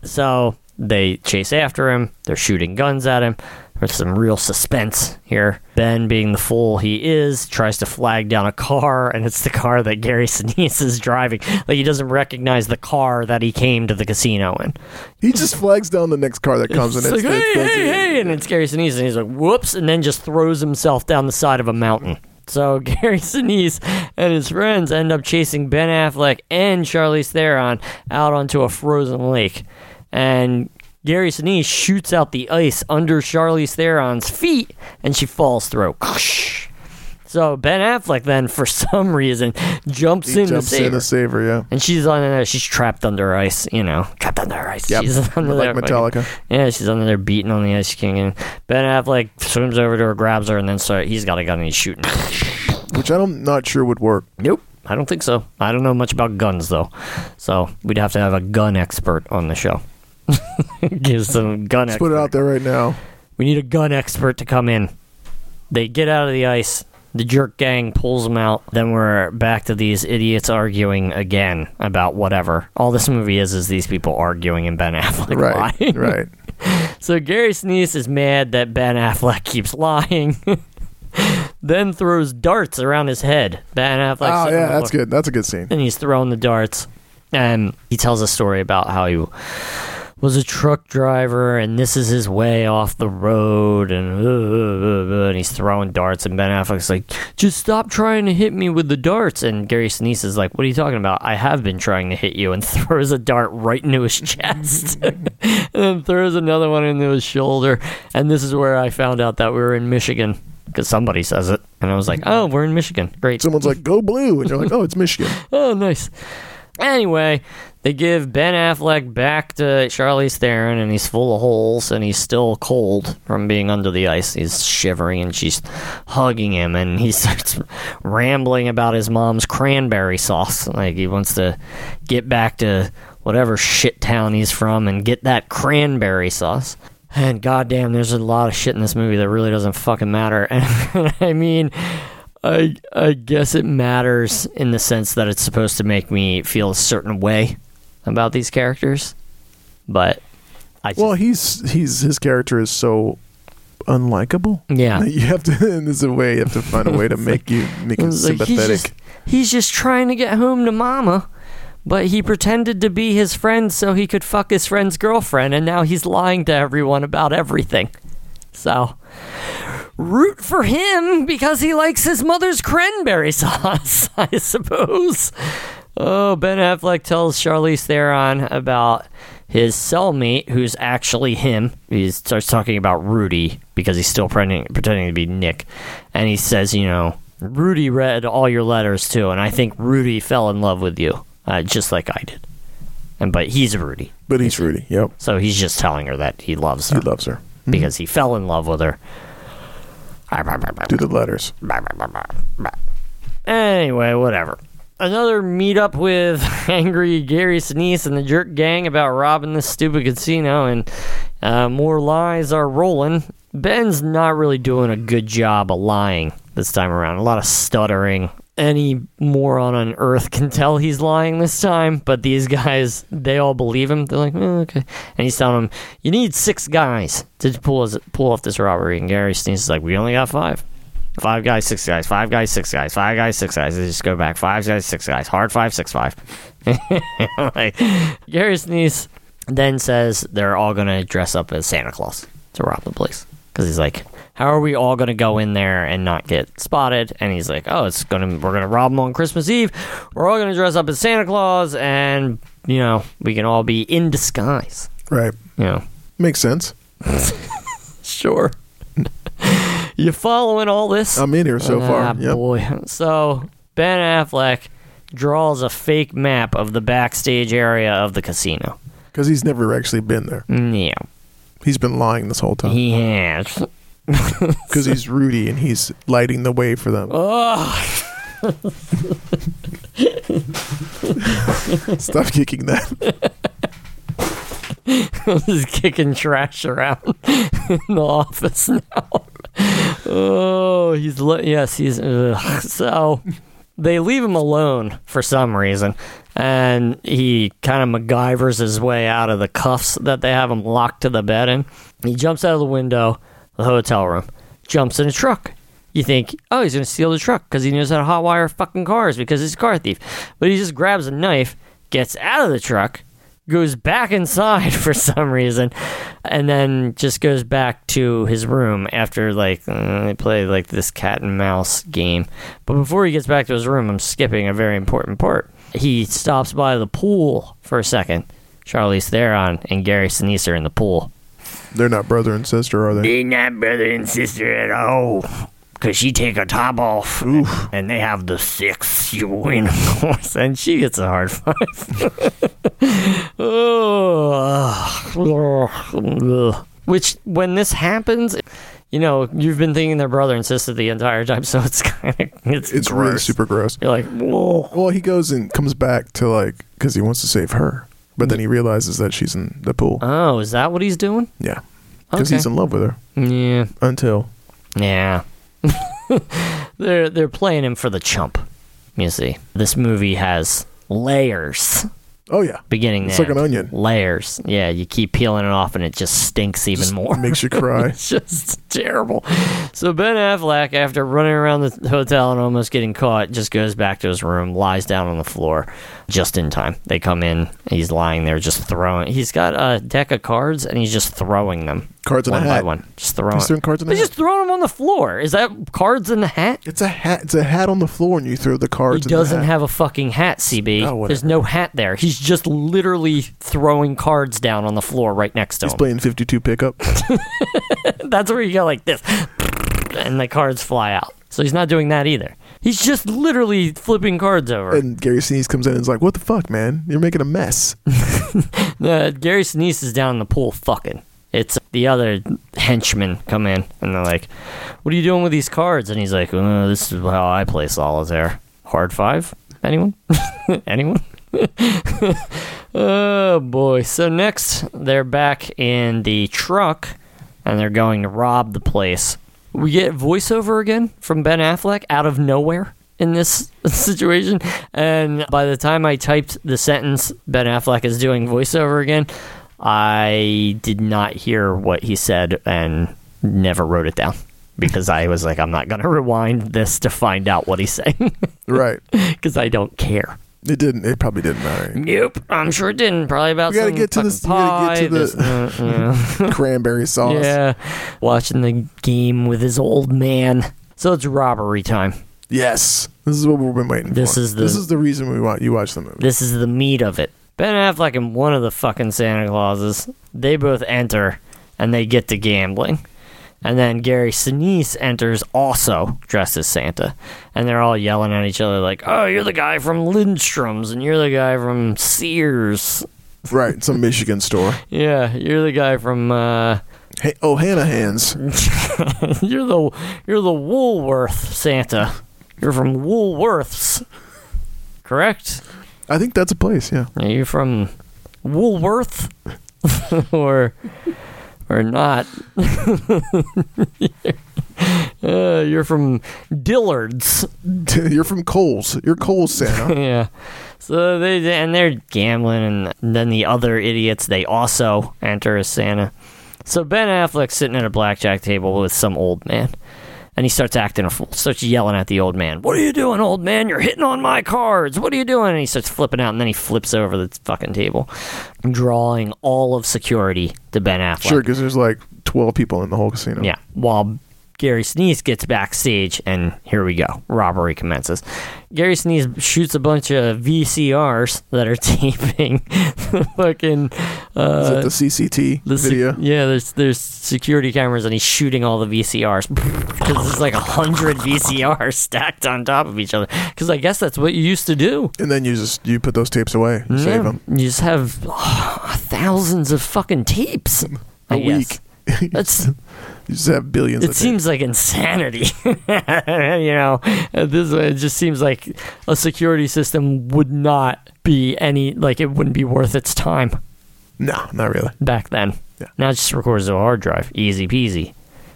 [SPEAKER 2] So they chase after him. They're shooting guns at him. There's some real suspense here. Ben, being the fool he is, tries to flag down a car, and it's the car that Gary Sinise is driving. Like, he doesn't recognize the car that he came to the casino in.
[SPEAKER 1] He just flags down the next car that comes
[SPEAKER 2] It's
[SPEAKER 1] in.
[SPEAKER 2] like, hey, hey, hey, and it's Gary Sinise, and he's like, whoops, and then just throws himself down the side of a mountain. So Gary Sinise and his friends end up chasing Ben Affleck and Charlize Theron out onto a frozen lake, and Gary Sinise shoots out the ice under Charlize Theron's feet, and she falls through. So Ben Affleck then, for some reason, jumps
[SPEAKER 1] He
[SPEAKER 2] in to
[SPEAKER 1] jumps
[SPEAKER 2] save
[SPEAKER 1] in
[SPEAKER 2] her.
[SPEAKER 1] to save her, yeah.
[SPEAKER 2] And she's on there. She's trapped under ice. You know, trapped under ice.
[SPEAKER 1] Yep.
[SPEAKER 2] She's under
[SPEAKER 1] Like
[SPEAKER 2] there.
[SPEAKER 1] Metallica.
[SPEAKER 2] Yeah, she's under there beating on the ice king. And Ben Affleck swims over to her, grabs her, and then start. He's got a gun and he's shooting.
[SPEAKER 1] Which I'm not sure would work.
[SPEAKER 2] nope. I don't think so. I don't know much about guns though, so we'd have to have a gun expert on the show. Give some gun.
[SPEAKER 1] Let's put it
[SPEAKER 2] expert.
[SPEAKER 1] out there right now.
[SPEAKER 2] We need a gun expert to come in. They get out of the ice. The jerk gang pulls them out. Then we're back to these idiots arguing again about whatever. All this movie is is these people arguing and Ben Affleck
[SPEAKER 1] Right.
[SPEAKER 2] lying.
[SPEAKER 1] Right.
[SPEAKER 2] So Gary Sinise is mad that Ben Affleck keeps lying. then throws darts around his head. Ben Affleck.
[SPEAKER 1] oh yeah, that's good. That's a good scene.
[SPEAKER 2] And he's throwing the darts. And he tells a story about how he was a truck driver and this is his way off the road and, uh, uh, uh, uh, and he's throwing darts and Ben Affleck's like just stop trying to hit me with the darts and Gary Sinise is like what are you talking about I have been trying to hit you and throws a dart right into his chest and then throws another one into his shoulder and this is where I found out that we were in Michigan because somebody says it and I was like oh we're in Michigan great
[SPEAKER 1] Someone's like, "Go blue," and you're like, "Oh, it's Michigan."
[SPEAKER 2] oh, nice. Anyway, they give Ben Affleck back to Charlize Theron, and he's full of holes, and he's still cold from being under the ice. He's shivering, and she's hugging him, and he starts rambling about his mom's cranberry sauce. Like he wants to get back to whatever shit town he's from and get that cranberry sauce. And goddamn, there's a lot of shit in this movie that really doesn't fucking matter. And I mean, I I guess it matters in the sense that it's supposed to make me feel a certain way about these characters, but I just,
[SPEAKER 1] Well, he's he's his character is so unlikable.
[SPEAKER 2] yeah,
[SPEAKER 1] You have to, and there's a way you have to find a way to make you make him
[SPEAKER 2] It's like,
[SPEAKER 1] sympathetic.
[SPEAKER 2] He's just, he's just trying to get home to mama, but he pretended to be his friend so he could fuck his friend's girlfriend, and now he's lying to everyone about everything. So, root for him because he likes his mother's cranberry sauce, I suppose. Oh, Ben Affleck tells Charlize Theron about his cellmate, who's actually him. He starts talking about Rudy because he's still pretending, pretending to be Nick. And he says, you know, Rudy read all your letters too, and I think Rudy fell in love with you, uh, just like I did. And but he's Rudy,
[SPEAKER 1] but he's Rudy. Yep,
[SPEAKER 2] so he's just telling her that he loves her
[SPEAKER 1] he loves her.
[SPEAKER 2] because he fell in love with her.
[SPEAKER 1] Do the letters.
[SPEAKER 2] Anyway, whatever. Another meetup with angry Gary Sinise and the jerk gang about robbing this stupid casino, and uh, more lies are rolling. Ben's not really doing a good job of lying this time around. A lot of stuttering. Any moron on earth can tell he's lying this time, but these guys, they all believe him. They're like, "Oh, okay. And he's telling them, you need six guys to pull, us, pull off this robbery. And Gary Sinise is like, we only got five. Five guys, six guys. Five guys, six guys. Five guys, six guys. They just go back. Five guys, six guys. Hard five, six five. like, Gary's niece then says they're all gonna dress up as Santa Claus to rob the place. 'Cause because he's like, "How are we all gonna go in there and not get spotted?" And he's like, "Oh, it's gonna we're gonna rob them on Christmas Eve. We're all gonna dress up as Santa Claus, and you know we can all be in disguise."
[SPEAKER 1] Right.
[SPEAKER 2] You know,
[SPEAKER 1] Makes sense.
[SPEAKER 2] sure. you following all this?
[SPEAKER 1] I'm in here so
[SPEAKER 2] Ah,
[SPEAKER 1] far. Yep.
[SPEAKER 2] boy. So Ben Affleck draws a fake map of the backstage area of the casino.
[SPEAKER 1] Because he's never actually been there.
[SPEAKER 2] Yeah,
[SPEAKER 1] He's been lying this whole time.
[SPEAKER 2] he has.
[SPEAKER 1] Because he's Rudy and he's lighting the way for them.
[SPEAKER 2] Oh,
[SPEAKER 1] Stop kicking that.
[SPEAKER 2] he's kicking trash around in the office now. Oh, he's li- yes, he's ugh. so. They leave him alone for some reason, and he kind of MacGyvers his way out of the cuffs that they have him locked to the bed in. He jumps out of the window, the hotel room, jumps in a truck. You think, oh, he's going to steal the truck because he knows how to hotwire fucking cars because he's a car thief. But he just grabs a knife, gets out of the truck, goes back inside for some reason, and then just goes back to his room after, like, uh, they play, like, this cat and mouse game. But before he gets back to his room, I'm skipping a very important part. He stops by the pool for a second. Charlize Theron and Gary Sinise are in the pool.
[SPEAKER 1] They're not brother and sister, are they?
[SPEAKER 2] They not brother and sister at all. Cause she take her top off, and they have the six. You win, of course, and she gets a hard five. oh, which when this happens, you know you've been thinking they're brother and sister the entire time, so it's kind of it's
[SPEAKER 1] It's
[SPEAKER 2] gross.
[SPEAKER 1] really super gross.
[SPEAKER 2] You're like, whoa,
[SPEAKER 1] Well, he goes and comes back to like because he wants to save her, but then he realizes that she's in the pool.
[SPEAKER 2] oh, is that what he's doing?
[SPEAKER 1] Yeah, because
[SPEAKER 2] Okay.
[SPEAKER 1] he's in love with her
[SPEAKER 2] Yeah,
[SPEAKER 1] until
[SPEAKER 2] Yeah. they're they're playing him for the chump. You see. This movie has layers
[SPEAKER 1] oh yeah,
[SPEAKER 2] beginning
[SPEAKER 1] It's
[SPEAKER 2] to
[SPEAKER 1] like an
[SPEAKER 2] end.
[SPEAKER 1] onion.
[SPEAKER 2] Layers. Yeah, you keep peeling it off and it just stinks even more.
[SPEAKER 1] makes you cry.
[SPEAKER 2] It's just terrible. So Ben Affleck, after running around the hotel and almost getting caught, just goes back to his room, lies down on the floor, just in time. They come in, he's lying there, just throwing. He's got a deck of cards, and he's just throwing them
[SPEAKER 1] Cards in a
[SPEAKER 2] one by
[SPEAKER 1] hat.
[SPEAKER 2] one, just throwing.
[SPEAKER 1] He's throwing cards in a
[SPEAKER 2] They
[SPEAKER 1] hat.
[SPEAKER 2] just throwing them on the floor. Is that cards in the hat?
[SPEAKER 1] It's a hat. It's a hat on the floor, and you throw the
[SPEAKER 2] He
[SPEAKER 1] cards. in the
[SPEAKER 2] doesn't
[SPEAKER 1] hat.
[SPEAKER 2] have a fucking hat, CB.
[SPEAKER 1] Oh, whatever.
[SPEAKER 2] There's no hat there. He's just literally throwing cards down on the floor right next to
[SPEAKER 1] He's
[SPEAKER 2] him.
[SPEAKER 1] playing fifty-two pickup.
[SPEAKER 2] That's where you go like this, and the cards fly out. So he's not doing that either. He's just literally flipping cards over.
[SPEAKER 1] and Gary Sinise comes in and is like, "What the fuck, man? You're making a mess."
[SPEAKER 2] Uh, Gary Sinise is down in the pool fucking. It's the other henchmen come in and they're like, "What are you doing with these cards?" And he's like, uh, "This is how I play solitaire. Hard five? Anyone? Anyone?" oh boy. So next, they're back in the truck and they're going to rob the place. We get voiceover again from Ben Affleck out of nowhere in this situation. And by the time I typed the sentence, Ben Affleck is doing voiceover again, I did not hear what he said and never wrote it down because I was like, I'm not going to rewind this to find out what he's saying
[SPEAKER 1] right.
[SPEAKER 2] because I don't care.
[SPEAKER 1] It didn't. It probably didn't matter.
[SPEAKER 2] Nope, I'm sure it didn't. Probably about
[SPEAKER 1] We gotta
[SPEAKER 2] some
[SPEAKER 1] get to
[SPEAKER 2] fucking
[SPEAKER 1] this- we gotta get to the-
[SPEAKER 2] pie, this- uh, yeah.
[SPEAKER 1] Cranberry sauce.
[SPEAKER 2] Yeah, watching the game with his old man. So it's robbery time.
[SPEAKER 1] Yes. This is what we've been waiting
[SPEAKER 2] This
[SPEAKER 1] for.
[SPEAKER 2] is the-
[SPEAKER 1] this is the reason we want you watch the movie.
[SPEAKER 2] This is the meat of it. Ben Affleck and one of the fucking Santa Clauses, they both enter and they get to gambling. And then Gary Sinise enters also dressed as Santa. And they're all yelling at each other like, oh, you're the guy from Lindstrom's and you're the guy from Sears.
[SPEAKER 1] right. Some Michigan store.
[SPEAKER 2] Yeah, you're the guy from uh,
[SPEAKER 1] Hey, oh, Hannah hands.
[SPEAKER 2] you're the you're the Woolworth Santa. You're from Woolworths, correct?
[SPEAKER 1] I think that's a place. Yeah.
[SPEAKER 2] Are you from Woolworth, or or not? Uh, you're from Dillard's.
[SPEAKER 1] You're from Coles. You're Coles Santa.
[SPEAKER 2] yeah. So they and they're gambling, and then the other idiots they also enter as Santa. So Ben Affleck's sitting at a blackjack table with some old man, and he starts acting a fool. Starts yelling at the old man, "What are you doing, old man? You're hitting on my cards. What are you doing?" And he starts flipping out, and then he flips over the fucking table, drawing all of security to Ben Affleck.
[SPEAKER 1] Sure, because there's like twelve people in the whole casino.
[SPEAKER 2] Yeah. While Gary Sneeze gets backstage, and here we go. Robbery commences. Gary Sneeze shoots a bunch of VCRs that are taping the fucking. Uh,
[SPEAKER 1] Is it the CCT
[SPEAKER 2] the sec-
[SPEAKER 1] video?
[SPEAKER 2] yeah, there's there's security cameras and he's shooting all the VCRs because there's like a hundred VCRs stacked on top of each other. Because I guess that's what you used to do.
[SPEAKER 1] and then you just you put those tapes away,
[SPEAKER 2] Mm-hmm.
[SPEAKER 1] you save them.
[SPEAKER 2] You just have ah, thousands of fucking tapes
[SPEAKER 1] A
[SPEAKER 2] I guess.
[SPEAKER 1] week.
[SPEAKER 2] That's
[SPEAKER 1] You just have billions.
[SPEAKER 2] Uh, it
[SPEAKER 1] of
[SPEAKER 2] seems like insanity. you know, at this uh, it just seems like a security system would not be any like it wouldn't be worth its time.
[SPEAKER 1] tapes. no, not really.
[SPEAKER 2] back then.
[SPEAKER 1] Yeah.
[SPEAKER 2] Now it just records to a hard drive. Easy peasy.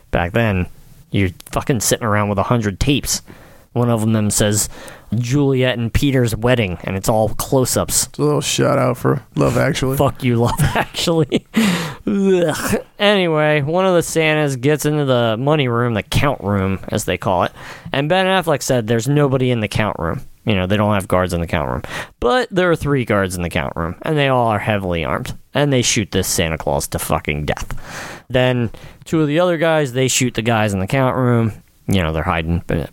[SPEAKER 2] Back then, you're fucking sitting around with a hundred tapes. One of them says Juliet and Peter's wedding, and it's all close ups.
[SPEAKER 1] It's a little shout out for Love Actually.
[SPEAKER 2] Fuck you, love, actually. Ugh. Anyway, one of the Santas gets into the money room, the count room, as they call it. And Ben Affleck said there's nobody in the count room. You know, they don't have guards in the count room. But there are three guards in the count room, and they all are heavily armed. And they shoot this Santa Claus to fucking death. Then two of the other guys, they shoot the guys in the count room. You know, they're hiding, but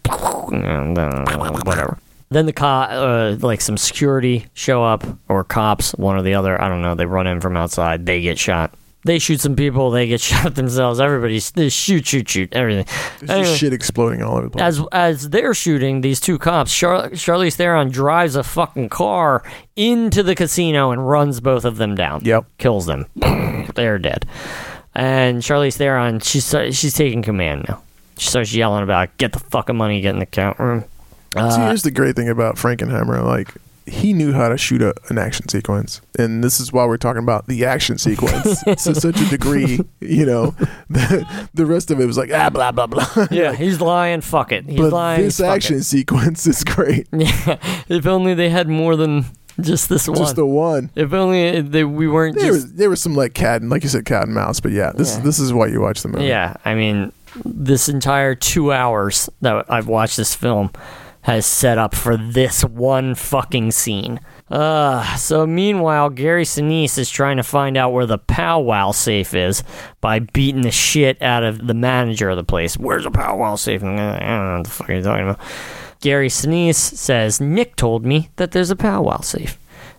[SPEAKER 2] and, uh, whatever. Then the cop, uh, like some security, show up or cops, one or the other. I don't know. They run in from outside. They get shot. They shoot some people. They get shot themselves. Everybody's they shoot, shoot, shoot. Everything.
[SPEAKER 1] There's just
[SPEAKER 2] Anyway,
[SPEAKER 1] shit exploding all over the place.
[SPEAKER 2] as as they're shooting these two cops, Char- Charlize Theron drives a fucking car into the casino and runs both of them down.
[SPEAKER 1] Yep.
[SPEAKER 2] kills them. they're dead. And Charlize Theron, she's start- she's taking command now. She starts yelling about get the fucking money, get in the count room. uh,
[SPEAKER 1] See, here's the great thing about Frankenheimer. Like, he knew how to shoot a, an action sequence, and this is why we're talking about the action sequence to such a degree. You know, the, the rest of it was like ah blah blah blah.
[SPEAKER 2] Yeah, he's lying. Fuck it. He's
[SPEAKER 1] but
[SPEAKER 2] lying.
[SPEAKER 1] this
[SPEAKER 2] fuck it.
[SPEAKER 1] action sequence is great.
[SPEAKER 2] Yeah. If only they had more than just this one.
[SPEAKER 1] Just the one.
[SPEAKER 2] if only they, we weren't
[SPEAKER 1] There
[SPEAKER 2] just.
[SPEAKER 1] was there was some like cat and like you said cat and mouse, but yeah, this
[SPEAKER 2] Yeah.
[SPEAKER 1] this is why you watch the movie.
[SPEAKER 2] Yeah, I mean, this entire two hours that I've watched this film has set up for this one fucking scene. Uh, so meanwhile, Gary Sinise is trying to find out where the powwow safe is by beating the shit out of the manager of the place. Where's the powwow safe? And I don't know what the fuck are you talking about. Gary Sinise says, Nick told me that there's a powwow safe.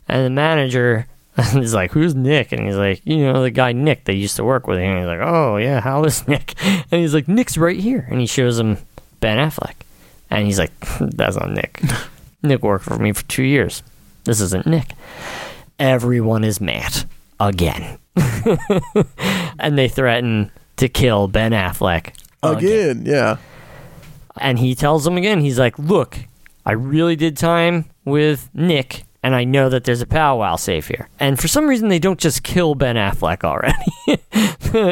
[SPEAKER 2] And the manager is like, Who's Nick? And he's like, You know, the guy Nick that used to work with him. And he's like, Oh, yeah, how is Nick? And he's like, Nick's right here. And he shows him Ben Affleck. And he's like, That's not Nick. Nick worked for me for two years. This isn't Nick. Everyone is mad again. and they threaten to kill Ben Affleck
[SPEAKER 1] Again, yeah.
[SPEAKER 2] and he tells him again, he's like, Look, I really did time with Nick, and I know that there's a powwow safe here. And for some reason, they don't just kill Ben Affleck already.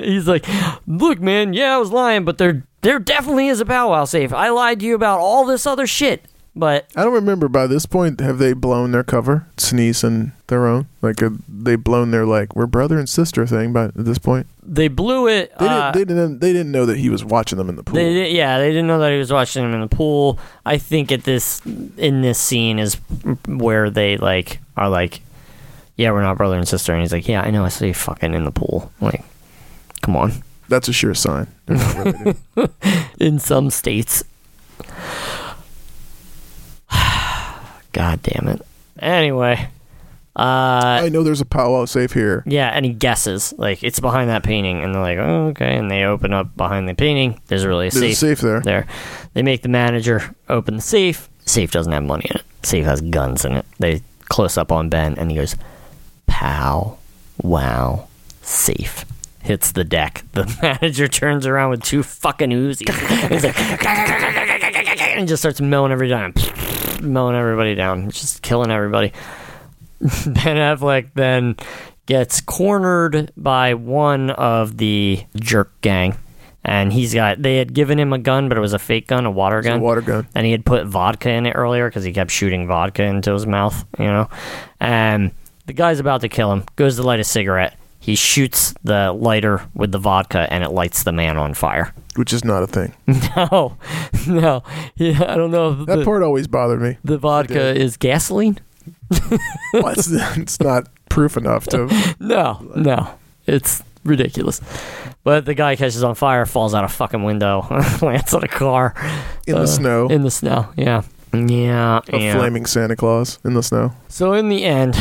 [SPEAKER 2] he's like, Look, man, yeah, I was lying, but there, there definitely is a powwow safe. I lied to you about all this other shit, but
[SPEAKER 1] I don't remember by this point have they blown their cover, Sneeze and their own? Like uh, they blown their like we're brother and sister thing by at this point.
[SPEAKER 2] they blew it.
[SPEAKER 1] They, didn't,
[SPEAKER 2] uh,
[SPEAKER 1] they didn't they didn't know that he was watching them in the pool.
[SPEAKER 2] They di- yeah, they didn't know that he was watching him in the pool. I think at this in this scene is where they like are like, yeah, we're not brother and sister, and he's like, yeah, I know, I saw you fucking in the pool. Like, come on.
[SPEAKER 1] That's a sure sign. They're not related.
[SPEAKER 2] In some states. God damn it. Anyway, uh,
[SPEAKER 1] I know there's a powwow safe here.
[SPEAKER 2] yeah, and he guesses like it's behind that painting, and they're like, oh, okay, and they open up behind the painting. There's really a
[SPEAKER 1] There's
[SPEAKER 2] safe.
[SPEAKER 1] a safe there.
[SPEAKER 2] there. They make the manager open the safe. Safe doesn't have money in it. Safe has guns in it. They close up on Ben and he goes, pow, wow, safe. Hits the deck. The manager turns around with two fucking Uzis. He's like, and just starts mowing every time, mowing everybody down, just killing everybody. Ben Affleck then gets cornered by one of the jerk gang, and he's got they had given him a gun, but it was a fake gun, a water
[SPEAKER 1] A
[SPEAKER 2] gun,
[SPEAKER 1] water gun.
[SPEAKER 2] and he had put vodka in it earlier because he kept shooting vodka into his mouth, you know. And the guy's about to kill him, goes to light a cigarette. He shoots the lighter with the vodka, and it lights the man on fire.
[SPEAKER 1] Which is not a thing.
[SPEAKER 2] No, no, yeah, I don't know. If
[SPEAKER 1] That
[SPEAKER 2] the,
[SPEAKER 1] part always bothered me.
[SPEAKER 2] the vodka is gasoline.
[SPEAKER 1] Well, it's, it's not proof enough to
[SPEAKER 2] No, no. It's ridiculous. But the guy catches on fire, falls out a fucking window, lands on a car
[SPEAKER 1] in
[SPEAKER 2] Uh,
[SPEAKER 1] the snow.
[SPEAKER 2] in the snow. Yeah. Yeah.
[SPEAKER 1] Oh. a
[SPEAKER 2] yeah.
[SPEAKER 1] flaming Santa Claus in the snow.
[SPEAKER 2] So in the end,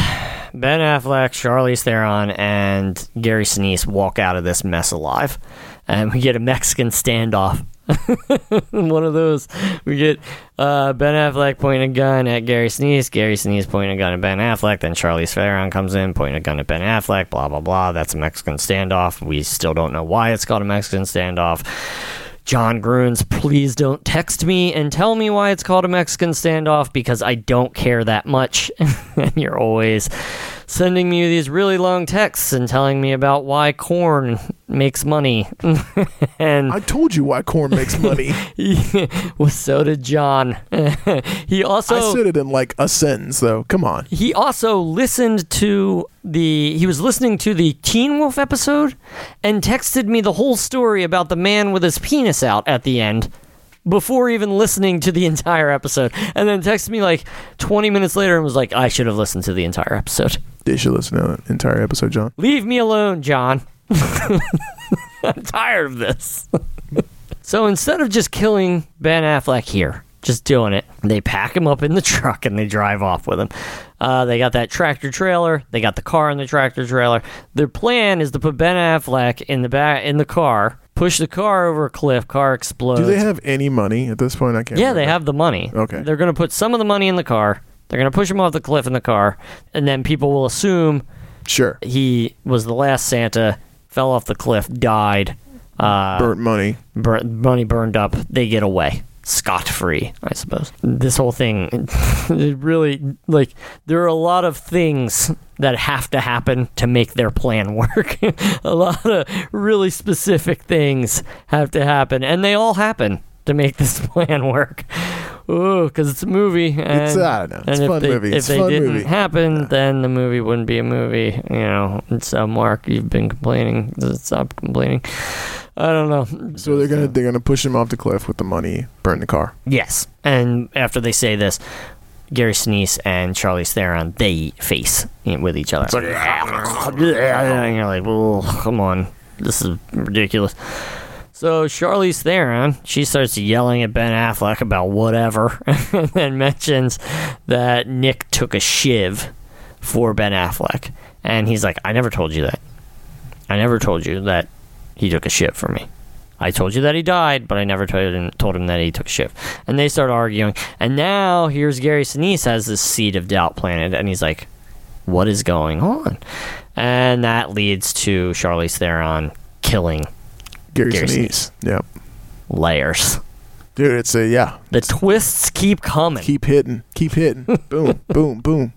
[SPEAKER 2] Ben Affleck, Charlize Theron, and Gary Sinise walk out of this mess alive, and we get a Mexican standoff. One of those, we get uh, Ben Affleck pointing a gun at Gary Sinise, Gary Sinise pointing a gun at Ben Affleck, then Charlize Theron comes in pointing a gun at Ben Affleck. Blah blah blah. That's a Mexican standoff. We still don't know why it's called a Mexican standoff. John Gruen's please don't text me and tell me why it's called a Mexican standoff because I don't care that much. and you're always sending me these really long texts and telling me about why corn makes money. and
[SPEAKER 1] I told you why corn makes money.
[SPEAKER 2] well, so did John. he also
[SPEAKER 1] I said it in like a sentence though. Come on.
[SPEAKER 2] he also listened to the he was listening to the Teen Wolf episode and texted me the whole story about the man with his penis out at the end before even listening to the entire episode and then texted me like 20 minutes later and was like I should have listened to the entire episode.
[SPEAKER 1] They should listen to the entire episode, John.
[SPEAKER 2] Leave me alone, John. I'm tired of this. so instead of just killing Ben Affleck here, just doing it, they pack him up in the truck and they drive off with him. Uh, they got that tractor trailer. They got the car in the tractor trailer. Their plan is to put Ben Affleck in the back in the car, push the car over a cliff. Car explodes.
[SPEAKER 1] Do they have any money at this point? I can't.
[SPEAKER 2] Yeah,
[SPEAKER 1] remember.
[SPEAKER 2] they have the money.
[SPEAKER 1] Okay.
[SPEAKER 2] They're going to put some of the money in the car. They're going to push him off the cliff in the car, and then people will assume
[SPEAKER 1] Sure.
[SPEAKER 2] he was the last Santa, fell off the cliff, died. Uh,
[SPEAKER 1] Burnt money.
[SPEAKER 2] bur- money burned up. They get away scot free, I suppose. This whole thing, it really like there are a lot of things that have to happen to make their plan work. a lot of really specific things have to happen, and they all happen to make this plan work. Ooh, because it's a movie. And,
[SPEAKER 1] It's- uh, I don't know. It's
[SPEAKER 2] and
[SPEAKER 1] a
[SPEAKER 2] if
[SPEAKER 1] fun
[SPEAKER 2] they,
[SPEAKER 1] movie.
[SPEAKER 2] If
[SPEAKER 1] It's a
[SPEAKER 2] they
[SPEAKER 1] fun
[SPEAKER 2] didn't
[SPEAKER 1] movie.
[SPEAKER 2] happen, then the movie wouldn't be a movie. You know. And so, Mark, you've been complaining. Stop complaining. I don't know.
[SPEAKER 1] So they're gonna they're gonna push him off the cliff with the money. Burn the car.
[SPEAKER 2] Yes. And after they say this, Gary Sinise and Charlize Theron, they face with each other. and you're like, well, come on. This is ridiculous. So Charlize Theron, she starts yelling at Ben Affleck about whatever and then mentions that Nick took a shiv for Ben Affleck. And he's like, I never told you that. I never told you that he took a shit for me. I told you that he died, but I never told him, told him that he took a shift. And they start arguing. And now here's Gary Sinise has this seed of doubt planted, and he's like, "What is going on?" And that leads to Charlize Theron killing
[SPEAKER 1] Gary
[SPEAKER 2] Gary
[SPEAKER 1] Sinise. Yeah.
[SPEAKER 2] layers.
[SPEAKER 1] Dude, it's a yeah.
[SPEAKER 2] The twists keep coming.
[SPEAKER 1] Keep hitting. Keep hitting. boom. Boom. Boom.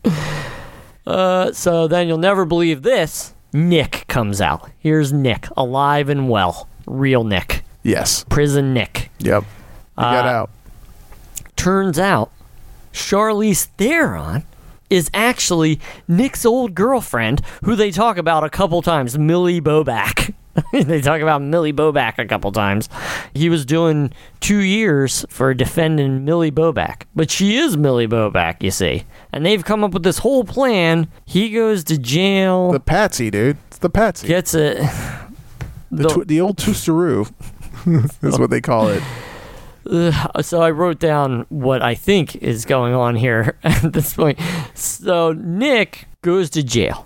[SPEAKER 2] Uh, so then you'll never believe this. Nick comes out. Here's Nick, alive and well. Real Nick.
[SPEAKER 1] Yes.
[SPEAKER 2] Prison Nick.
[SPEAKER 1] Yep. He got
[SPEAKER 2] Uh,
[SPEAKER 1] out.
[SPEAKER 2] turns out Charlize Theron is actually Nick's old girlfriend, who they talk about a couple times, Millie Boback. they talk about Millie Boback a couple times. He was doing two years for defending Millie Boback, but she is Millie Boback, you see. And they've come up with this whole plan. He goes to jail,
[SPEAKER 1] The patsy, dude. It's the patsy.
[SPEAKER 2] gets a
[SPEAKER 1] the
[SPEAKER 2] the-
[SPEAKER 1] twi- the old twistaroo. is what they call it.
[SPEAKER 2] Ugh, so I wrote down what I think is going on here at this point. So Nick goes to jail.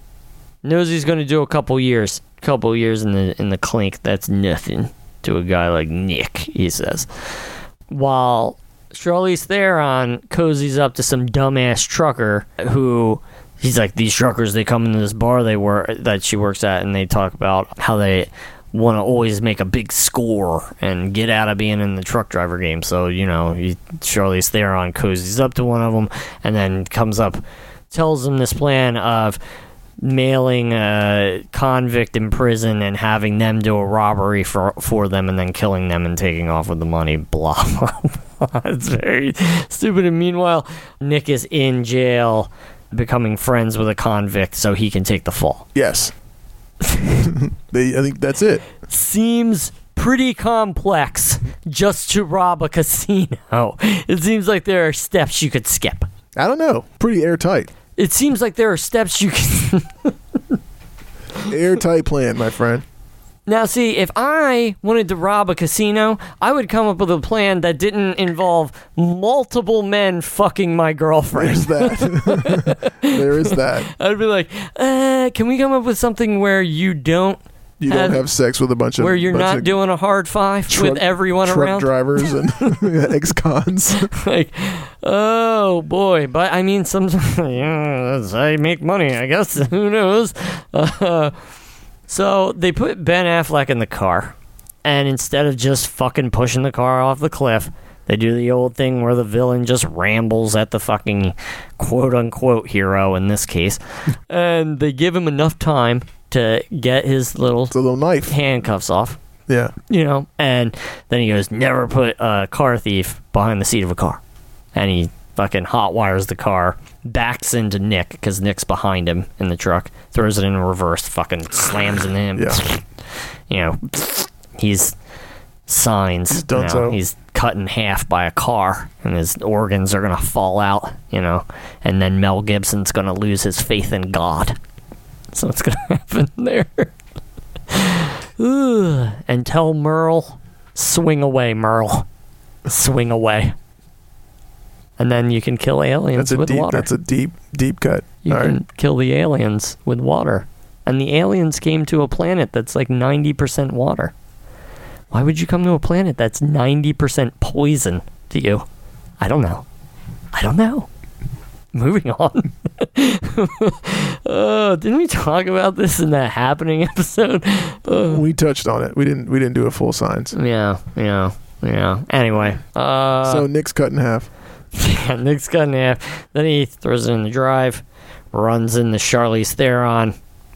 [SPEAKER 2] Knows he's going to do a couple years, couple years in the in the clink. That's nothing to a guy like Nick, he says. While Charlize Theron cozies up to some dumbass trucker who he's like these truckers. They come into this bar they were that she works at, and they talk about how they want to always make a big score and get out of being in the truck driver game. So you know, you, Charlize Theron cozies up to one of them, and then comes up, tells him this plan of mailing a convict in prison and having them do a robbery for for them and then killing them and taking off with the money blah blah blah it's very stupid and meanwhile nick is in jail becoming friends with a convict so he can take the fall
[SPEAKER 1] Yes. they, I think that's it.
[SPEAKER 2] seems pretty complex just to rob a casino it seems like there are steps you could skip
[SPEAKER 1] I don't know. Pretty airtight.
[SPEAKER 2] it seems like there are steps you can
[SPEAKER 1] Airtight plan, my friend.
[SPEAKER 2] Now, see, if I wanted to rob a casino, I would come up with a plan that didn't involve multiple men fucking my girlfriend.
[SPEAKER 1] There's that. there is that.
[SPEAKER 2] I'd be like, uh, can we come up with something where you don't,
[SPEAKER 1] You don't
[SPEAKER 2] Have-
[SPEAKER 1] have sex with a bunch of
[SPEAKER 2] where you're
[SPEAKER 1] bunch
[SPEAKER 2] not
[SPEAKER 1] of
[SPEAKER 2] doing a hard five
[SPEAKER 1] truck-
[SPEAKER 2] with everyone
[SPEAKER 1] truck
[SPEAKER 2] around?
[SPEAKER 1] drivers and ex-cons.
[SPEAKER 2] like, oh boy. But I mean, sometimes yeah, that's how you make money, I guess. Who knows? Uh, so they put Ben Affleck in the car, and instead of just fucking pushing the car off the cliff, they do the old thing where the villain just rambles at the fucking quote unquote hero in this case, and they give him enough time to get his little
[SPEAKER 1] It's a little knife.
[SPEAKER 2] handcuffs off
[SPEAKER 1] Yeah.
[SPEAKER 2] you know. And then he goes, "Never put a car thief behind the seat of a car," and he fucking hot wires the car, backs into Nick because Nick's behind him in the truck, throws it in reverse, fucking slams into him.
[SPEAKER 1] Yeah.
[SPEAKER 2] You know, he's signs.
[SPEAKER 1] He's done
[SPEAKER 2] now.
[SPEAKER 1] so.
[SPEAKER 2] He's cut in half by a car, and his organs are gonna fall out. You know, and then Mel Gibson's gonna lose his faith in God. So what's gonna happen there? Ooh, and tell Merle, swing away, Merle, swing away, and then you can kill aliens
[SPEAKER 1] That's a
[SPEAKER 2] with
[SPEAKER 1] deep
[SPEAKER 2] water.
[SPEAKER 1] that's a deep deep cut.
[SPEAKER 2] you
[SPEAKER 1] All
[SPEAKER 2] can
[SPEAKER 1] right.
[SPEAKER 2] kill the aliens with water, and the aliens came to a planet that's like ninety percent water. Why would you come to a planet that's ninety percent poison to you? I don't know. I don't know. Moving on. uh, didn't we talk about this in that happening episode? Uh,
[SPEAKER 1] We touched on it. We didn't we didn't do a full science.
[SPEAKER 2] yeah, yeah, yeah. Anyway, uh,
[SPEAKER 1] so Nick's cut in half.
[SPEAKER 2] yeah, Nick's got in half. Then he throws it in the drive, runs into Charlize Theron.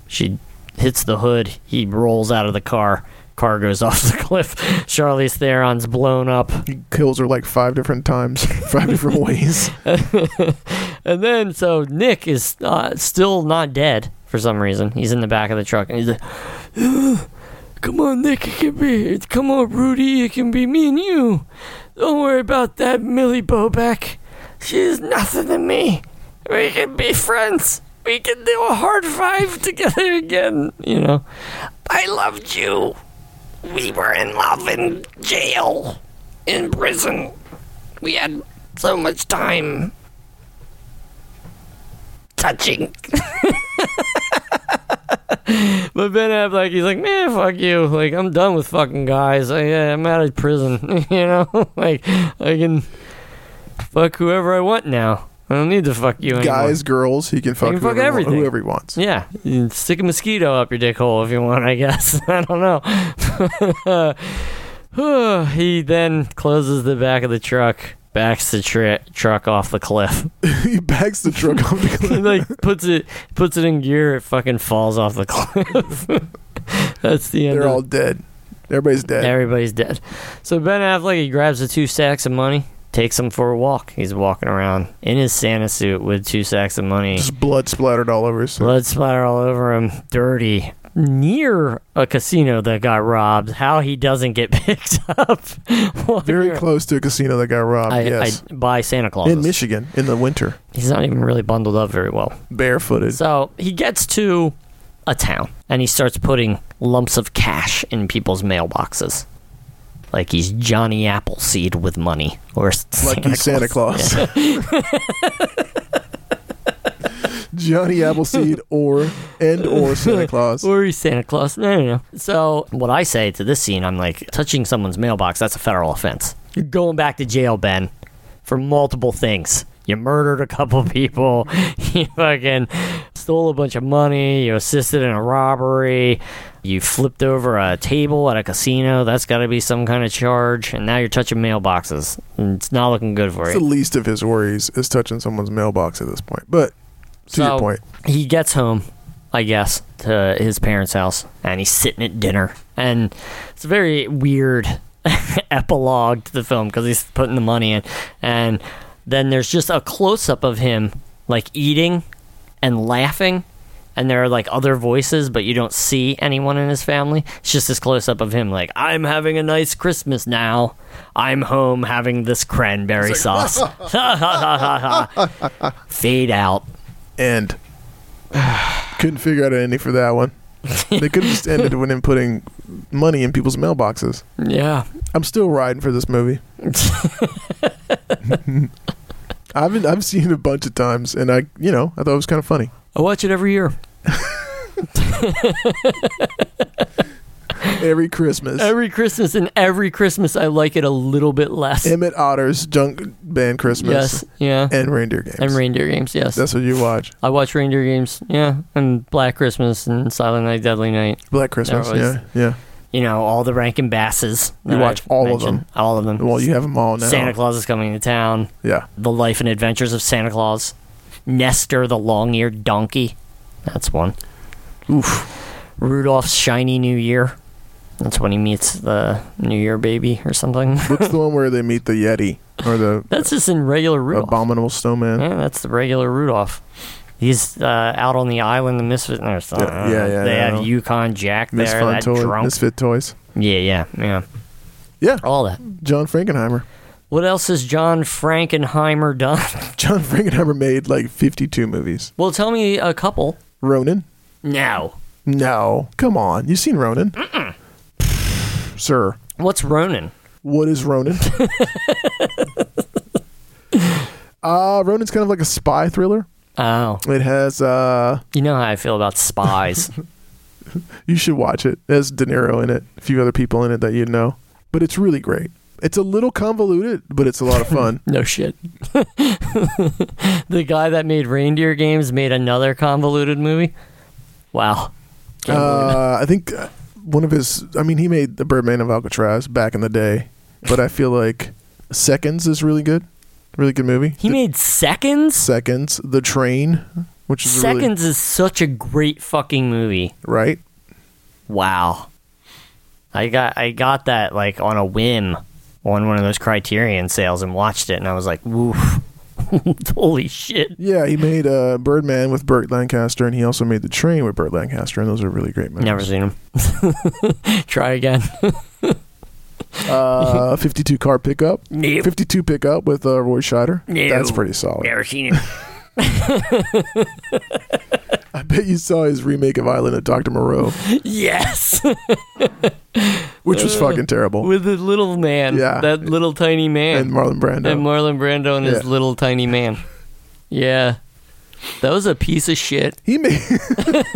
[SPEAKER 2] She hits the hood. He rolls out of the car. Car goes off the cliff. Charlize Theron's blown up.
[SPEAKER 1] He kills her like five different times, five different ways.
[SPEAKER 2] and then so Nick is uh, still not dead for some reason. He's in the back of the truck and he's like, "Ugh, "Come on, Nick, it can be. It, come on, Rudy, it can be me and you. Don't worry about that Millie Boback. She's nothing to me. We can be friends. We can do a hard five together again. You know, I loved you. We were in love in jail, in prison. We had so much time touching. but Ben Affleck, he's like, man, fuck you. Like, I'm done with fucking guys. I, uh, I'm out of prison. you know, like I can fuck whoever I want now. I don't need to fuck you anymore.
[SPEAKER 1] Guys, girls, he can fuck,
[SPEAKER 2] can fuck
[SPEAKER 1] whoever,
[SPEAKER 2] everything.
[SPEAKER 1] whoever he wants.
[SPEAKER 2] Yeah, you can stick a mosquito up your dick hole if you want. I guess I don't know. he then closes the back of the truck, backs the tra- truck off the cliff,
[SPEAKER 1] he backs the truck off the
[SPEAKER 2] He,
[SPEAKER 1] cliff.
[SPEAKER 2] like puts it puts it in gear. It fucking falls off the cliff. That's the end.
[SPEAKER 1] They're
[SPEAKER 2] of
[SPEAKER 1] all dead. Everybody's dead.
[SPEAKER 2] Everybody's dead. So Ben Affleck he grabs the two sacks of money, takes them for a walk. He's walking around in his Santa suit with two sacks of money,
[SPEAKER 1] Just blood splattered all over. So
[SPEAKER 2] blood splatter all over him, dirty. Near a casino that got robbed, how he doesn't get picked up? while
[SPEAKER 1] very
[SPEAKER 2] you're-
[SPEAKER 1] close to a casino that got robbed.
[SPEAKER 2] I,
[SPEAKER 1] yes,
[SPEAKER 2] I buy Santa Claus.
[SPEAKER 1] in Michigan in the winter,
[SPEAKER 2] He's not even really bundled up very well.
[SPEAKER 1] barefooted.
[SPEAKER 2] So he gets to a town and he starts putting lumps of cash in people's mailboxes. Like he's Johnny Appleseed with money. Or
[SPEAKER 1] like he's Santa Claus. Johnny Appleseed or and or Santa Claus.
[SPEAKER 2] Or he's Santa Claus. No, no, no. So what I say to this scene, I'm like, touching someone's mailbox, that's a federal offense. You're going back to jail, Ben, for multiple things. You murdered a couple people. You fucking stole a bunch of money. You assisted in a robbery. You flipped over a table at a casino. That's got to be some kind of charge. And now you're touching mailboxes. And it's not looking good for
[SPEAKER 1] It's the
[SPEAKER 2] you.
[SPEAKER 1] least of his worries is touching someone's mailbox at this point. But to
[SPEAKER 2] So-
[SPEAKER 1] your point,
[SPEAKER 2] he gets home, I guess, to his parents' house, and he's sitting at dinner, and it's a very weird epilogue to the film because he's putting the money in, and then there's just a close up of him like eating and laughing. And there are like other voices, but you don't see anyone in his family. It's just this close up of him, like, I'm having a nice Christmas now. I'm home having this cranberry sauce. Fade out.
[SPEAKER 1] and couldn't figure out an ending for that one. They could have just ended when in putting money in people's mailboxes.
[SPEAKER 2] Yeah.
[SPEAKER 1] I'm still riding for this movie. I've been, I've seen it a bunch of times, and I you know I thought it was kind of funny.
[SPEAKER 2] I watch it every year.
[SPEAKER 1] Every Christmas,
[SPEAKER 2] Every Christmas and every Christmas I like it a little bit less.
[SPEAKER 1] Emmett Otter's Junk Band Christmas,
[SPEAKER 2] yes. Yeah.
[SPEAKER 1] and Reindeer Games.
[SPEAKER 2] And reindeer games, yes.
[SPEAKER 1] That's what you watch.
[SPEAKER 2] I watch reindeer games, yeah. And Black Christmas and Silent Night, Deadly Night.
[SPEAKER 1] Black Christmas,
[SPEAKER 2] always-
[SPEAKER 1] yeah, yeah.
[SPEAKER 2] You know, all the Rankin Basses.
[SPEAKER 1] You
[SPEAKER 2] that
[SPEAKER 1] watch
[SPEAKER 2] I've
[SPEAKER 1] all of
[SPEAKER 2] mentioned. All of them.
[SPEAKER 1] Well, you have them all now.
[SPEAKER 2] Santa Claus is coming to town.
[SPEAKER 1] Yeah,
[SPEAKER 2] The Life and Adventures of Santa Claus. Nestor the Long-Eared Donkey. That's one.
[SPEAKER 1] oof,
[SPEAKER 2] Rudolph's Shiny New Year. That's when he meets the New Year baby or something.
[SPEAKER 1] what's the one where they meet the Yeti or the
[SPEAKER 2] That's just in regular Rudolph.
[SPEAKER 1] abominable snowman?
[SPEAKER 2] Yeah, that's the regular Rudolph. He's uh, out on the island, the Misfit. Or something.
[SPEAKER 1] Yeah, yeah, yeah,
[SPEAKER 2] uh, They
[SPEAKER 1] I
[SPEAKER 2] have
[SPEAKER 1] know.
[SPEAKER 2] Yukon Jack
[SPEAKER 1] Miss
[SPEAKER 2] there,
[SPEAKER 1] Fun
[SPEAKER 2] that
[SPEAKER 1] Toy,
[SPEAKER 2] drunk.
[SPEAKER 1] Misfit Toys.
[SPEAKER 2] Yeah, yeah, yeah.
[SPEAKER 1] Yeah,
[SPEAKER 2] All that.
[SPEAKER 1] John Frankenheimer.
[SPEAKER 2] What else has John Frankenheimer done?
[SPEAKER 1] John Frankenheimer made like 52 movies.
[SPEAKER 2] well, tell me a couple.
[SPEAKER 1] Ronin?
[SPEAKER 2] No.
[SPEAKER 1] No. Come on. You've seen Ronin? Sir,
[SPEAKER 2] What's Ronan?
[SPEAKER 1] what is Ronin? uh, Ronin's kind of like a spy thriller.
[SPEAKER 2] Oh,
[SPEAKER 1] It has, uh,
[SPEAKER 2] you know how I feel about spies.
[SPEAKER 1] you should watch it. It has De Niro in it, a few other people in it that you know. But it's really great. It's a little convoluted, but it's a lot of fun.
[SPEAKER 2] no shit. the guy that made Reindeer Games made another convoluted movie. Wow. Can't believe
[SPEAKER 1] uh, I think uh, one of his, I mean, he made The Birdman of Alcatraz back in the day, but I feel like Seconds is really good. Really good movie.
[SPEAKER 2] it. He made Seconds.
[SPEAKER 1] seconds the train which is a really-
[SPEAKER 2] Seconds is such a great fucking movie.
[SPEAKER 1] right
[SPEAKER 2] Wow. I got I got that like on a whim on one of those Criterion sales and watched it and I was like, "Oof. Holy shit."
[SPEAKER 1] yeah he made uh, birdman with burt lancaster and he also made the train with burt lancaster and those are really great movies
[SPEAKER 2] Never seen him. Try again.
[SPEAKER 1] uh, 52 car pickup
[SPEAKER 2] Nope.
[SPEAKER 1] 52 pickup with uh, roy scheider
[SPEAKER 2] No.
[SPEAKER 1] that's pretty solid
[SPEAKER 2] Never seen it.
[SPEAKER 1] i bet you saw his remake of island of dr moreau
[SPEAKER 2] yes.
[SPEAKER 1] which
[SPEAKER 2] Uh,
[SPEAKER 1] was fucking terrible
[SPEAKER 2] With the little man.
[SPEAKER 1] Yeah.
[SPEAKER 2] That little tiny
[SPEAKER 1] and
[SPEAKER 2] man.
[SPEAKER 1] marlon brando
[SPEAKER 2] And Marlon Brando and his
[SPEAKER 1] Yeah.
[SPEAKER 2] little tiny man. Yeah. That was a piece of shit.
[SPEAKER 1] he made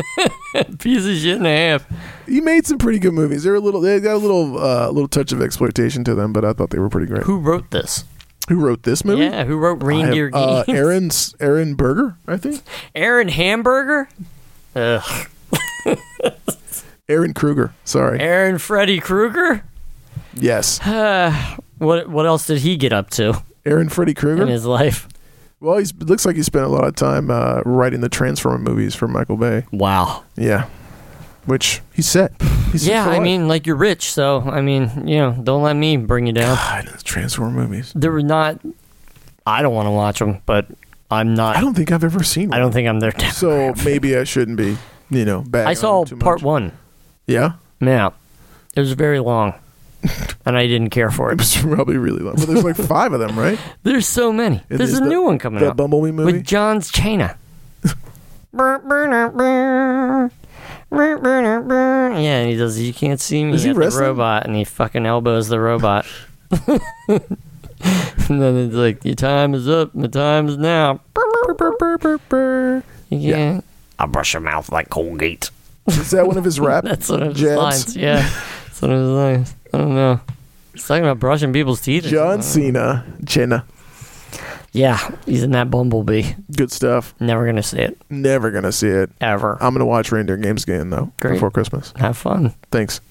[SPEAKER 2] Piece of shit and a half.
[SPEAKER 1] he made some pretty good movies. They're a little they got a little uh, little touch of exploitation to them, but I thought they were pretty great. Who,
[SPEAKER 2] Who wrote this?
[SPEAKER 1] wrote this movie?
[SPEAKER 2] Yeah, who wrote
[SPEAKER 1] I have-
[SPEAKER 2] Reindeer
[SPEAKER 1] uh,
[SPEAKER 2] Games?
[SPEAKER 1] Aaron Aaron Berger, I think.
[SPEAKER 2] Aaron Hamburger? Ugh.
[SPEAKER 1] Aaron Kruger. Sorry.
[SPEAKER 2] Aaron Freddy Krueger?
[SPEAKER 1] Yes.
[SPEAKER 2] Uh, what what else did he get up to
[SPEAKER 1] Aaron Freddy Krueger.
[SPEAKER 2] in his life?
[SPEAKER 1] well, he looks like he spent a lot of time uh, writing the Transformer movies for Michael Bay.
[SPEAKER 2] Wow.
[SPEAKER 1] Yeah. Which he's set. He's set
[SPEAKER 2] Yeah,
[SPEAKER 1] for
[SPEAKER 2] I
[SPEAKER 1] life.
[SPEAKER 2] mean, like you're rich, so I mean, you know, don't let me bring you down.
[SPEAKER 1] God, those Transformer movies.
[SPEAKER 2] They were not. I don't want to watch them, but I'm not.
[SPEAKER 1] I don't think I've ever seen. One.
[SPEAKER 2] I don't think I'm there. Down.
[SPEAKER 1] So maybe I shouldn't be. You know, bad.
[SPEAKER 2] I saw part one.
[SPEAKER 1] Yeah.
[SPEAKER 2] Yeah, it was very long, and I didn't care for
[SPEAKER 1] It
[SPEAKER 2] it.
[SPEAKER 1] was probably really long. But there's like five of them, right?
[SPEAKER 2] There's so many.
[SPEAKER 1] It
[SPEAKER 2] There's
[SPEAKER 1] is
[SPEAKER 2] a
[SPEAKER 1] the-
[SPEAKER 2] new one coming
[SPEAKER 1] That
[SPEAKER 2] up.
[SPEAKER 1] Bumblebee movie.
[SPEAKER 2] with John's China. yeah, and he does. You can't see me.
[SPEAKER 1] Is he
[SPEAKER 2] at the
[SPEAKER 1] wrestling?
[SPEAKER 2] robot, and he fucking elbows the robot. and then it's like, your time is up. My time is now. Yeah. I brush your mouth like Colgate.
[SPEAKER 1] Is that one of his rap?
[SPEAKER 2] That's one of his
[SPEAKER 1] Jabs.
[SPEAKER 2] lines. Yeah. That's one of his lines. I don't know. He's talking about brushing people's teeth. or
[SPEAKER 1] John
[SPEAKER 2] something.
[SPEAKER 1] Cena. Jenna.
[SPEAKER 2] Yeah, he's in that bumblebee.
[SPEAKER 1] Good stuff.
[SPEAKER 2] Never gonna see it
[SPEAKER 1] Never gonna see it.
[SPEAKER 2] ever.
[SPEAKER 1] I'm gonna watch Reindeer Games again though
[SPEAKER 2] Great.
[SPEAKER 1] before Christmas.
[SPEAKER 2] Have fun.
[SPEAKER 1] Thanks.